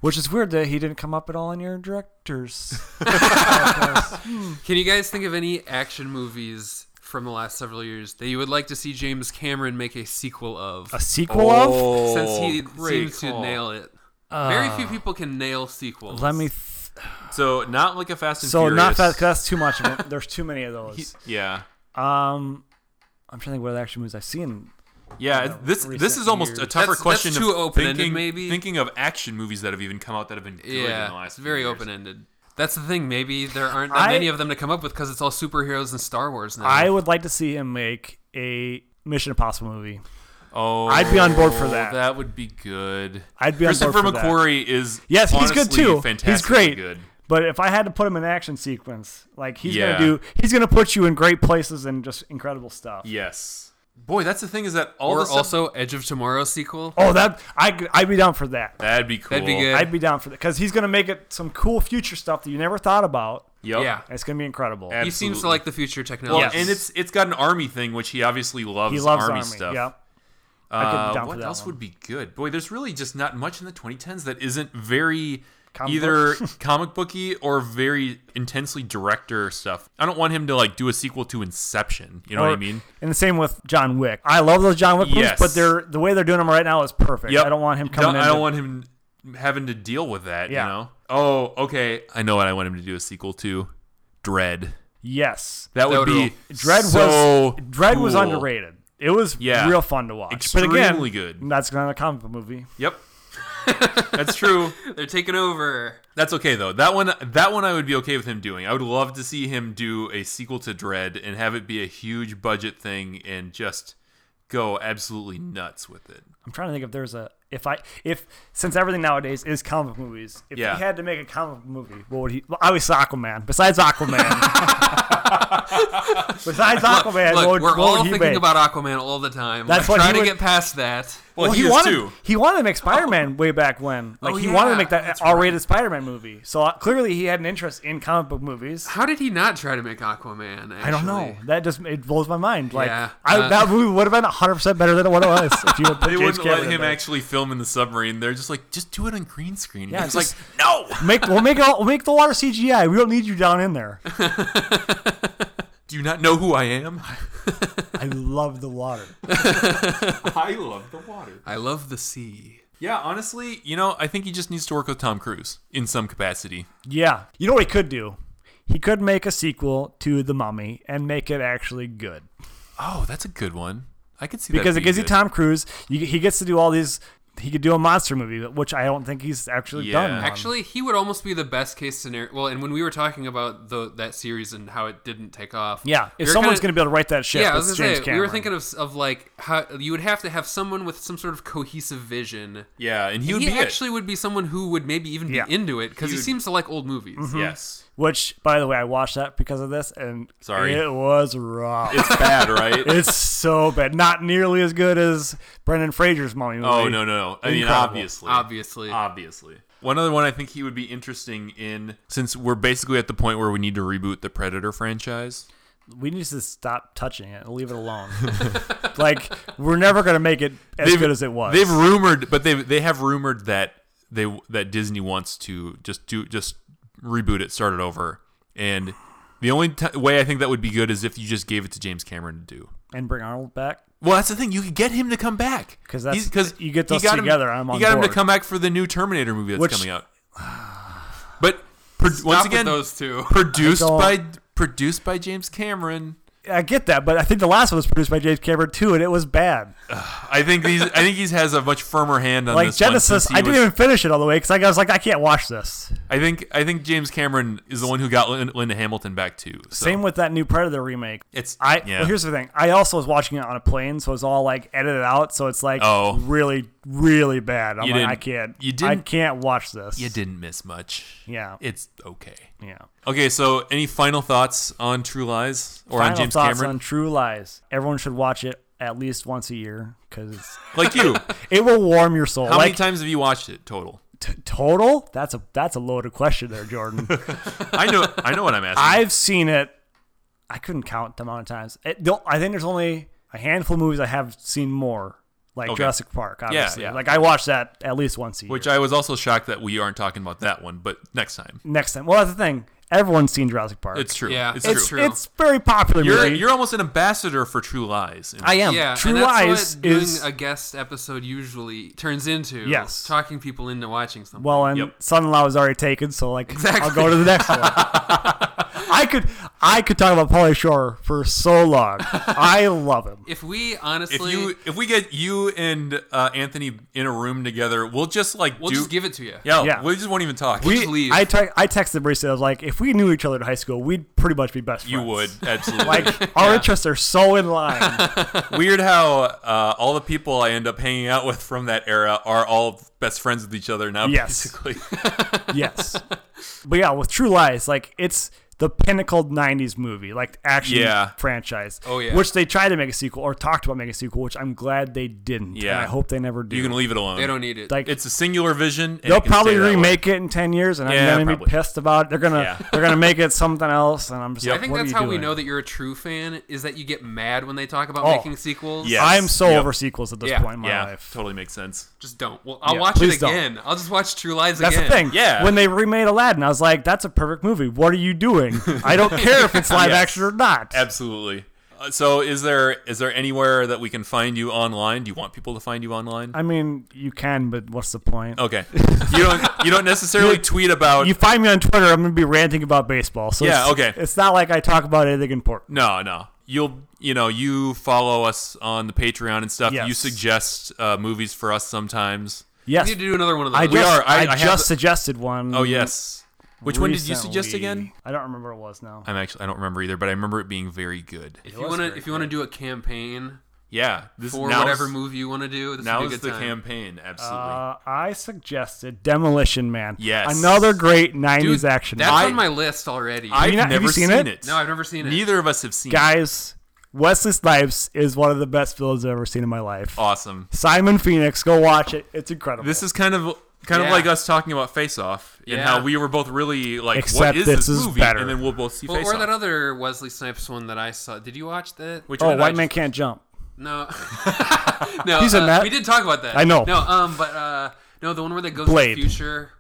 Speaker 2: Which is weird that he didn't come up at all in your directors.
Speaker 3: Can you guys think of any action movies from the last several years that you would like to see James Cameron make a sequel of?
Speaker 2: A sequel
Speaker 1: Oh,
Speaker 2: of?
Speaker 3: since he
Speaker 1: great
Speaker 3: seems
Speaker 1: call.
Speaker 3: to nail it. Very few people can nail sequels.
Speaker 2: Let me. Th-
Speaker 1: So not like a Fast and
Speaker 2: so
Speaker 1: Furious.
Speaker 2: not fast. 'cause That's too much. Of it. There's too many of those.
Speaker 1: Yeah.
Speaker 2: um, I'm trying to think what other action movies I've seen.
Speaker 1: Yeah, this this is
Speaker 2: recent
Speaker 1: almost a
Speaker 2: years.
Speaker 1: tougher
Speaker 3: That's- that's
Speaker 1: question.
Speaker 3: too
Speaker 1: of
Speaker 3: open-ended,
Speaker 1: thinking,
Speaker 3: maybe?
Speaker 1: thinking of action movies that have even come out that have been good in the
Speaker 3: yeah,
Speaker 1: last.
Speaker 3: it's
Speaker 1: few
Speaker 3: very
Speaker 1: years.
Speaker 3: open ended. That's the thing. Maybe there aren't that
Speaker 2: I-
Speaker 3: many of them to come up with because it's all superheroes and Star Wars now.
Speaker 1: Oh.
Speaker 2: I would like to see him make a Mission Impossible movie.
Speaker 1: Oh,
Speaker 2: I'd be on board for that.
Speaker 1: That would be good.
Speaker 2: I'd be on board
Speaker 1: Christopher
Speaker 2: for that.
Speaker 1: McQuarrie is
Speaker 2: Yes, he's good
Speaker 1: honestly
Speaker 2: too. He's
Speaker 1: fantastically
Speaker 2: great.
Speaker 1: Good.
Speaker 2: But if I had to put him in an action sequence, like he's
Speaker 1: Yeah.
Speaker 2: gonna do, he's gonna put you in great places and just incredible stuff.
Speaker 1: Yes, boy, that's the thing is that all
Speaker 3: or
Speaker 1: the stuff-
Speaker 3: also Edge of Tomorrow sequel.
Speaker 2: Oh, that I I'd be down for that.
Speaker 1: that'd be cool.
Speaker 3: That'd be good.
Speaker 2: I'd be down for that because he's gonna make it some cool future stuff that you never thought about.
Speaker 1: Yep.
Speaker 3: Yeah.
Speaker 2: And it's gonna be incredible.
Speaker 1: Absolutely.
Speaker 3: He seems to like the future
Speaker 1: Well,
Speaker 3: technology.
Speaker 1: and it's it's got an army thing, which he obviously loves.
Speaker 2: he loves army.
Speaker 1: stuff.
Speaker 2: Yeah.
Speaker 1: Uh,
Speaker 2: could be down
Speaker 1: what
Speaker 2: for that
Speaker 1: else
Speaker 2: one.
Speaker 1: would be good? Boy, there's really just not much in the 2010s that isn't very
Speaker 2: Comic
Speaker 1: either comic booky or very intensely director stuff. I don't want him to like do a sequel to Inception. You know what I
Speaker 2: Or-
Speaker 1: mean?
Speaker 2: And the same with John Wick. I love those John Wick movies,
Speaker 1: Yes.
Speaker 2: but they're the way they're doing them right now is perfect.
Speaker 1: Yep.
Speaker 2: I don't want him coming
Speaker 1: Don't-
Speaker 2: in.
Speaker 1: I don't
Speaker 2: to-
Speaker 1: want him having to deal with that.
Speaker 2: Yeah.
Speaker 1: You know? Oh, okay. I know what I want him to do a sequel to Dread.
Speaker 2: yes.
Speaker 1: That would
Speaker 3: Total.
Speaker 1: be
Speaker 2: Dread
Speaker 1: so
Speaker 2: was Dread was
Speaker 1: cool.
Speaker 2: underrated. It was
Speaker 1: Yeah.
Speaker 2: real fun to watch. but
Speaker 1: Extremely
Speaker 2: again,
Speaker 1: good.
Speaker 2: that's not a comic book movie.
Speaker 1: Yep. That's true.
Speaker 3: They're taking over.
Speaker 1: That's okay though. That one, that one, I would be okay with him doing. I would love to see him do a sequel to Dread and have it be a huge budget thing and just go absolutely nuts with it.
Speaker 2: I'm trying to think if there's a if I if since everything nowadays is comic book movies, if
Speaker 1: Yeah.
Speaker 2: he had to make a comic book movie, what would he? Well, obviously Aquaman. Besides Aquaman, besides Aquaman,
Speaker 3: Look,
Speaker 2: what would,
Speaker 3: we're
Speaker 2: what would
Speaker 3: all
Speaker 2: he
Speaker 3: thinking
Speaker 2: make?
Speaker 3: about Aquaman all the time.
Speaker 2: That's
Speaker 3: I'm
Speaker 2: what he
Speaker 3: trying to
Speaker 2: would-
Speaker 3: get past that.
Speaker 1: Well, he, is
Speaker 2: wanted,
Speaker 1: too.
Speaker 2: He wanted to make Spider-Man way back when. Like
Speaker 3: Oh,
Speaker 2: he wanted to
Speaker 3: yeah,
Speaker 2: make that
Speaker 3: that's
Speaker 2: R-rated Spider-Man movie. So uh, clearly he had an interest in comic book movies.
Speaker 3: How did he not try to make Aquaman? Actually?
Speaker 2: I don't know. That just it blows my mind. Like
Speaker 3: Yeah,
Speaker 2: I,
Speaker 3: uh,
Speaker 2: that movie would have been 100 percent better than what it was if you would put
Speaker 1: They
Speaker 2: James
Speaker 1: wouldn't let
Speaker 2: Cameron in
Speaker 1: him
Speaker 2: there.
Speaker 1: actually film in the submarine. They're just like, just do it on green screen.
Speaker 2: Yeah,
Speaker 1: Yeah, it's like,
Speaker 2: just-
Speaker 1: no.
Speaker 2: Make we'll make it all, we'll make the water CGI. We don't need you down in there.
Speaker 1: Do you not know who I am?
Speaker 2: I love the water.
Speaker 1: I love the water.
Speaker 3: I love the sea.
Speaker 1: Yeah, honestly, you know, I think he just needs to work with Tom Cruise in some capacity.
Speaker 2: Yeah. You know what he could do? He could make a sequel to The Mummy and make it actually good.
Speaker 1: Oh, that's a good one. I could see that
Speaker 2: Because it
Speaker 1: being
Speaker 2: gives you
Speaker 1: good.
Speaker 2: Tom Cruise. You, he gets to do all these. He could do a monster movie, which I don't think he's actually
Speaker 1: Yeah.
Speaker 2: done. one.
Speaker 3: Actually, he would almost be the best case scenario. Well, and when we were talking about the that series and how it didn't take off,
Speaker 2: yeah.
Speaker 3: we
Speaker 2: If
Speaker 3: were
Speaker 2: someone's
Speaker 3: kinda-
Speaker 2: going to be able to write that shit,
Speaker 3: yeah, I
Speaker 2: it's
Speaker 3: was gonna
Speaker 2: James
Speaker 3: say
Speaker 2: Cameron.
Speaker 3: we were thinking of of like how you would have to have someone with some sort of cohesive vision.
Speaker 1: Yeah, and he would
Speaker 3: He
Speaker 1: be
Speaker 3: actually would be someone who would maybe even
Speaker 2: Yeah.
Speaker 3: be into it because he
Speaker 1: He would- Mm-hmm.
Speaker 3: seems to like old movies.
Speaker 1: it. Yes.
Speaker 2: Which, by the way, I watched that because of this, and
Speaker 1: Sorry.
Speaker 2: it was rough.
Speaker 1: It's bad, right?
Speaker 2: it's so bad. Not nearly as good as Brendan Fraser's Mummy movie.
Speaker 1: oh, no, no. I mean,
Speaker 2: Incredible.
Speaker 1: obviously.
Speaker 3: Obviously,
Speaker 1: Obviously. One other one I think he would be interesting in, since we're basically at the point where we need to reboot the Predator franchise.
Speaker 2: we need to stop touching it and leave it alone. like we're never gonna make it as
Speaker 1: They've-
Speaker 2: good as it was.
Speaker 1: They've rumored, but they they have rumored that they that Disney wants to just do just reboot it, start it over, and the only t- way I think that would be good is if you just gave it to James Cameron to do.
Speaker 2: and bring Arnold back.
Speaker 1: Well, that's the thing. You could get him to come back
Speaker 2: 'Cause that's-
Speaker 1: He's-
Speaker 2: you get
Speaker 1: he
Speaker 2: those
Speaker 1: got
Speaker 2: together,
Speaker 1: Him,
Speaker 2: I'm
Speaker 1: he
Speaker 2: on
Speaker 1: got him
Speaker 2: board.
Speaker 1: to come back for the new Terminator movie that's
Speaker 2: Which-
Speaker 1: coming out. But pro- once
Speaker 3: with
Speaker 1: again,
Speaker 3: those two.
Speaker 1: produced
Speaker 2: I don't-
Speaker 1: by produced by James Cameron.
Speaker 2: I get that, but I think the last one was produced by James Cameron too, and it was bad.
Speaker 1: I think these. I think he has a much firmer hand on
Speaker 2: Like
Speaker 1: this one
Speaker 2: Genesis,
Speaker 1: since he
Speaker 2: I didn't
Speaker 1: was-
Speaker 2: even finish it all the way because I was like, I can't watch this.
Speaker 1: I think I think James Cameron is the one who got Lin- Linda Hamilton back too. So
Speaker 2: Same with that new Predator remake.
Speaker 1: It's
Speaker 2: I
Speaker 1: yeah.
Speaker 2: well, here's the thing. I also was watching it on a plane, so it's all like edited out. So it's like
Speaker 1: Oh.
Speaker 2: really, really bad. I'm
Speaker 1: You
Speaker 2: like,
Speaker 1: didn't-
Speaker 2: I can't.
Speaker 1: you
Speaker 2: I
Speaker 1: didn't-
Speaker 2: can't watch this.
Speaker 1: you didn't miss much.
Speaker 2: Yeah.
Speaker 1: it's okay.
Speaker 2: Yeah.
Speaker 1: Okay, so any final thoughts on True Lies or
Speaker 2: Final
Speaker 1: on James
Speaker 2: thoughts
Speaker 1: Cameron?
Speaker 2: on True Lies. Everyone should watch it at least once a year because
Speaker 1: Like you,
Speaker 2: it will warm your soul.
Speaker 1: how many
Speaker 2: like
Speaker 1: times have you watched it total?
Speaker 2: t- total, that's a that's a loaded question there, Jordan.
Speaker 1: I know, I know what I'm asking.
Speaker 2: I've seen it. I couldn't count the amount of times. It, the- I think there's only a handful of movies I have seen more, like
Speaker 1: Okay.
Speaker 2: Jurassic Park. Obviously,
Speaker 1: yeah.
Speaker 2: like I watched that at least once a year.
Speaker 1: Which I was also shocked that we aren't talking about that one, but next time
Speaker 2: Next time, well, that's the thing. Everyone's seen Jurassic Park.
Speaker 1: it's true.
Speaker 3: Yeah,
Speaker 1: it's,
Speaker 3: it's
Speaker 1: true.
Speaker 3: true.
Speaker 2: It's very popular
Speaker 1: You're
Speaker 2: movie.
Speaker 1: you're almost an ambassador for True Lies.
Speaker 2: I am.
Speaker 3: yeah,
Speaker 2: True
Speaker 3: and that's
Speaker 2: Lies
Speaker 3: what doing
Speaker 2: is
Speaker 3: a guest episode usually turns into.
Speaker 2: Yes.
Speaker 3: talking people into watching something.
Speaker 2: Well, and
Speaker 1: Yep.
Speaker 2: son-in-law was already taken, so like I'll go to the next one. I could I could talk about Pauly Shore for so long. I love him.
Speaker 3: if we
Speaker 1: If
Speaker 3: honestly,
Speaker 1: you if we get you and uh, Anthony in a room together, we'll just like
Speaker 3: we'll
Speaker 1: do,
Speaker 3: just give it to you.
Speaker 1: Yeah,
Speaker 2: Yeah.
Speaker 1: we just won't even talk.
Speaker 3: just leave.
Speaker 2: I te- I texted Brisa. I was like, if we knew each other in high school, we'd pretty much be best friends.
Speaker 1: you would absolutely
Speaker 2: Like our interests are so in line.
Speaker 1: Weird how uh, all the people I end up hanging out with from that era are all best friends with each other now.
Speaker 2: Yes.
Speaker 1: Basically,
Speaker 2: yes. But yeah, with True Lies, like it's the pinnacle '90s movie, like action
Speaker 1: Yeah.
Speaker 2: franchise.
Speaker 3: Oh, yeah.
Speaker 2: Which they tried to make a sequel or talked about making a sequel, which I'm glad they didn't. and
Speaker 1: Yeah.
Speaker 2: I hope they never do.
Speaker 1: you can leave it alone.
Speaker 3: they don't need it.
Speaker 2: like
Speaker 1: It's a singular vision. and
Speaker 2: They'll
Speaker 1: it can
Speaker 2: probably
Speaker 1: stay that way.
Speaker 2: remake it in ten years, and
Speaker 1: Yeah,
Speaker 2: I'm gonna
Speaker 1: probably.
Speaker 2: be pissed about it. They're gonna
Speaker 1: Yeah.
Speaker 2: they're gonna make it something else, and I'm just.
Speaker 1: Yep.
Speaker 2: Like,
Speaker 3: I think
Speaker 2: what
Speaker 3: that's
Speaker 2: are you
Speaker 3: how we
Speaker 2: doing?
Speaker 3: know that you're a true fan is that you get mad when they talk about
Speaker 2: Oh.
Speaker 3: making sequels.
Speaker 1: Yeah.
Speaker 2: I'm so
Speaker 1: Yep.
Speaker 2: over sequels at this
Speaker 3: Yeah.
Speaker 2: point in my
Speaker 1: Yeah,
Speaker 2: life.
Speaker 1: totally makes sense.
Speaker 3: just don't. Well, I'll
Speaker 2: Yeah,
Speaker 3: watch it
Speaker 2: please don't.
Speaker 3: again. I'll just watch True Lies
Speaker 2: That's
Speaker 3: again.
Speaker 2: the thing.
Speaker 1: Yeah.
Speaker 2: When they remade Aladdin, I was like, "That's a perfect movie. What are you doing? I don't care if it's live
Speaker 1: Yes.
Speaker 2: action or not."
Speaker 1: Absolutely. Uh, so, is there is there anywhere that we can find you online? Do you want people to find you online?
Speaker 2: I mean, you can, but what's the point?
Speaker 1: okay. you don't you don't necessarily tweet about.
Speaker 2: You find me on Twitter, I'm gonna be ranting about baseball. So
Speaker 1: Yeah,
Speaker 2: it's,
Speaker 1: okay.
Speaker 2: It's not like I talk about anything important.
Speaker 1: no, no. You'll you know you follow us on the Patreon and stuff.
Speaker 2: Yes.
Speaker 1: You suggest uh, movies for us sometimes.
Speaker 2: Yes,
Speaker 3: We need to do another one of those.
Speaker 2: I
Speaker 1: We
Speaker 2: just
Speaker 1: are. I-
Speaker 2: I,
Speaker 1: I have
Speaker 2: just
Speaker 1: the-
Speaker 2: suggested one.
Speaker 1: Oh yes. Which one did you suggest
Speaker 2: recently.
Speaker 1: again?
Speaker 2: I don't remember what it was now.
Speaker 1: I'm actually I don't remember either, but I remember it being very good.
Speaker 3: if you want to, if you want to do a campaign,
Speaker 1: Yeah, this
Speaker 3: for
Speaker 1: now's-
Speaker 3: whatever movie you want to do. This
Speaker 1: Now
Speaker 3: would be a
Speaker 1: is
Speaker 3: good
Speaker 1: the
Speaker 3: time.
Speaker 1: campaign. Absolutely.
Speaker 2: Uh, I suggested Demolition Man.
Speaker 1: Yes.
Speaker 2: Another great 90s
Speaker 3: Dude,
Speaker 2: action.
Speaker 3: That's
Speaker 2: movie.
Speaker 3: on my list already.
Speaker 1: I've
Speaker 2: you not- have
Speaker 1: never
Speaker 2: you seen it?
Speaker 3: No, I've never seen it.
Speaker 1: Neither of us have seen it.
Speaker 2: Guys, Wesley Snipes is one of the best villains I've ever seen in my life.
Speaker 1: Awesome.
Speaker 2: Simon Phoenix, go watch it. It's incredible.
Speaker 1: Oh. This is kind of kind
Speaker 3: Yeah.
Speaker 1: of like us talking about Face Off and
Speaker 3: Yeah.
Speaker 1: how we were both really like,
Speaker 2: Except
Speaker 1: what is
Speaker 2: this
Speaker 1: this,
Speaker 2: is
Speaker 1: movie?
Speaker 2: better.
Speaker 1: And then we'll both see
Speaker 3: Well,
Speaker 1: Face
Speaker 3: or that
Speaker 1: Off.
Speaker 3: other Wesley Snipes one that I saw. Did you watch that?
Speaker 1: Which
Speaker 2: oh,
Speaker 1: one did I
Speaker 2: White Man
Speaker 1: just-
Speaker 2: Can't Jump.
Speaker 3: No, no.
Speaker 2: He's a
Speaker 3: uh,
Speaker 2: nut.
Speaker 3: we did talk about that.
Speaker 2: I know.
Speaker 3: No, um, but uh, no, the one where they go to the
Speaker 2: Blade. Uh,
Speaker 3: future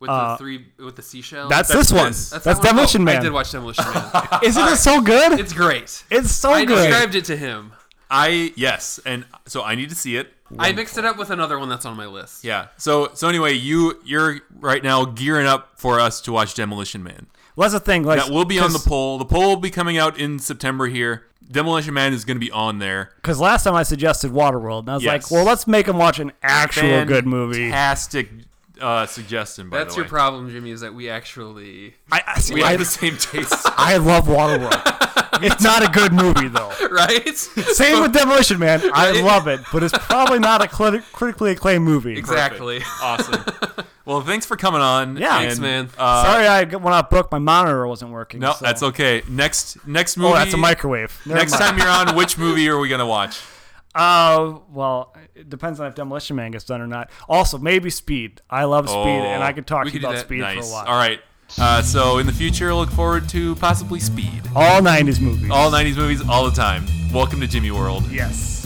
Speaker 3: with the three with the seashell.
Speaker 2: That's,
Speaker 1: That's
Speaker 2: this one.
Speaker 1: this.
Speaker 2: That's,
Speaker 3: that one?
Speaker 2: Demolition
Speaker 3: Oh,
Speaker 2: Man.
Speaker 3: I did watch Demolition Man.
Speaker 2: Isn't it so good? It's,
Speaker 3: it's great.
Speaker 2: so
Speaker 3: I
Speaker 2: good.
Speaker 3: described it to him.
Speaker 1: I yes, and so I need to see it.
Speaker 3: I mixed it up with another one that's on my list.
Speaker 1: Yeah. So so anyway, you you're right now gearing up for us to watch Demolition Man.
Speaker 2: well, that's the thing. Like,
Speaker 1: That will be on the
Speaker 2: cause-
Speaker 1: poll. The poll will be coming out in September here. Demolition Man is going to be on there.
Speaker 2: Because last time I suggested Waterworld, and I was
Speaker 1: Yes.
Speaker 2: like, well, let's make him watch an actual good movie. I,
Speaker 1: Fantastic uh, suggestion. By
Speaker 3: That's
Speaker 1: the
Speaker 3: your
Speaker 1: way.
Speaker 3: problem, Jimmy, is that we actually
Speaker 2: I, see,
Speaker 1: We
Speaker 2: I,
Speaker 1: have the same taste.
Speaker 2: I love Waterworld. it's not a good movie, though.
Speaker 3: Right?
Speaker 2: Same with Demolition Man. I love it, but it's probably not a cli- critically acclaimed movie.
Speaker 3: exactly.
Speaker 1: awesome. Well, thanks for coming on.
Speaker 2: Yeah. Thanks,
Speaker 3: man.
Speaker 1: Uh,
Speaker 2: Sorry, I got- when I booked, my monitor wasn't working.
Speaker 1: no,
Speaker 2: so-
Speaker 1: that's okay. Next next movie.
Speaker 2: Oh, that's a microwave. Never
Speaker 1: Next
Speaker 2: mind.
Speaker 1: time you're on, which movie are we gonna watch?
Speaker 2: Uh, well, it depends on if Demolition Man gets done or not. Also, maybe Speed. I love Speed, and
Speaker 1: Oh,
Speaker 2: I could talk
Speaker 3: we
Speaker 2: to you
Speaker 3: could do
Speaker 2: about
Speaker 3: that.
Speaker 2: Speed
Speaker 1: Nice.
Speaker 2: for a while.
Speaker 1: All right. Uh, so in the future, look forward to possibly Speed.
Speaker 2: All 90s movies.
Speaker 1: All '90s movies, all the time. Welcome to Jimmy World.
Speaker 2: yes.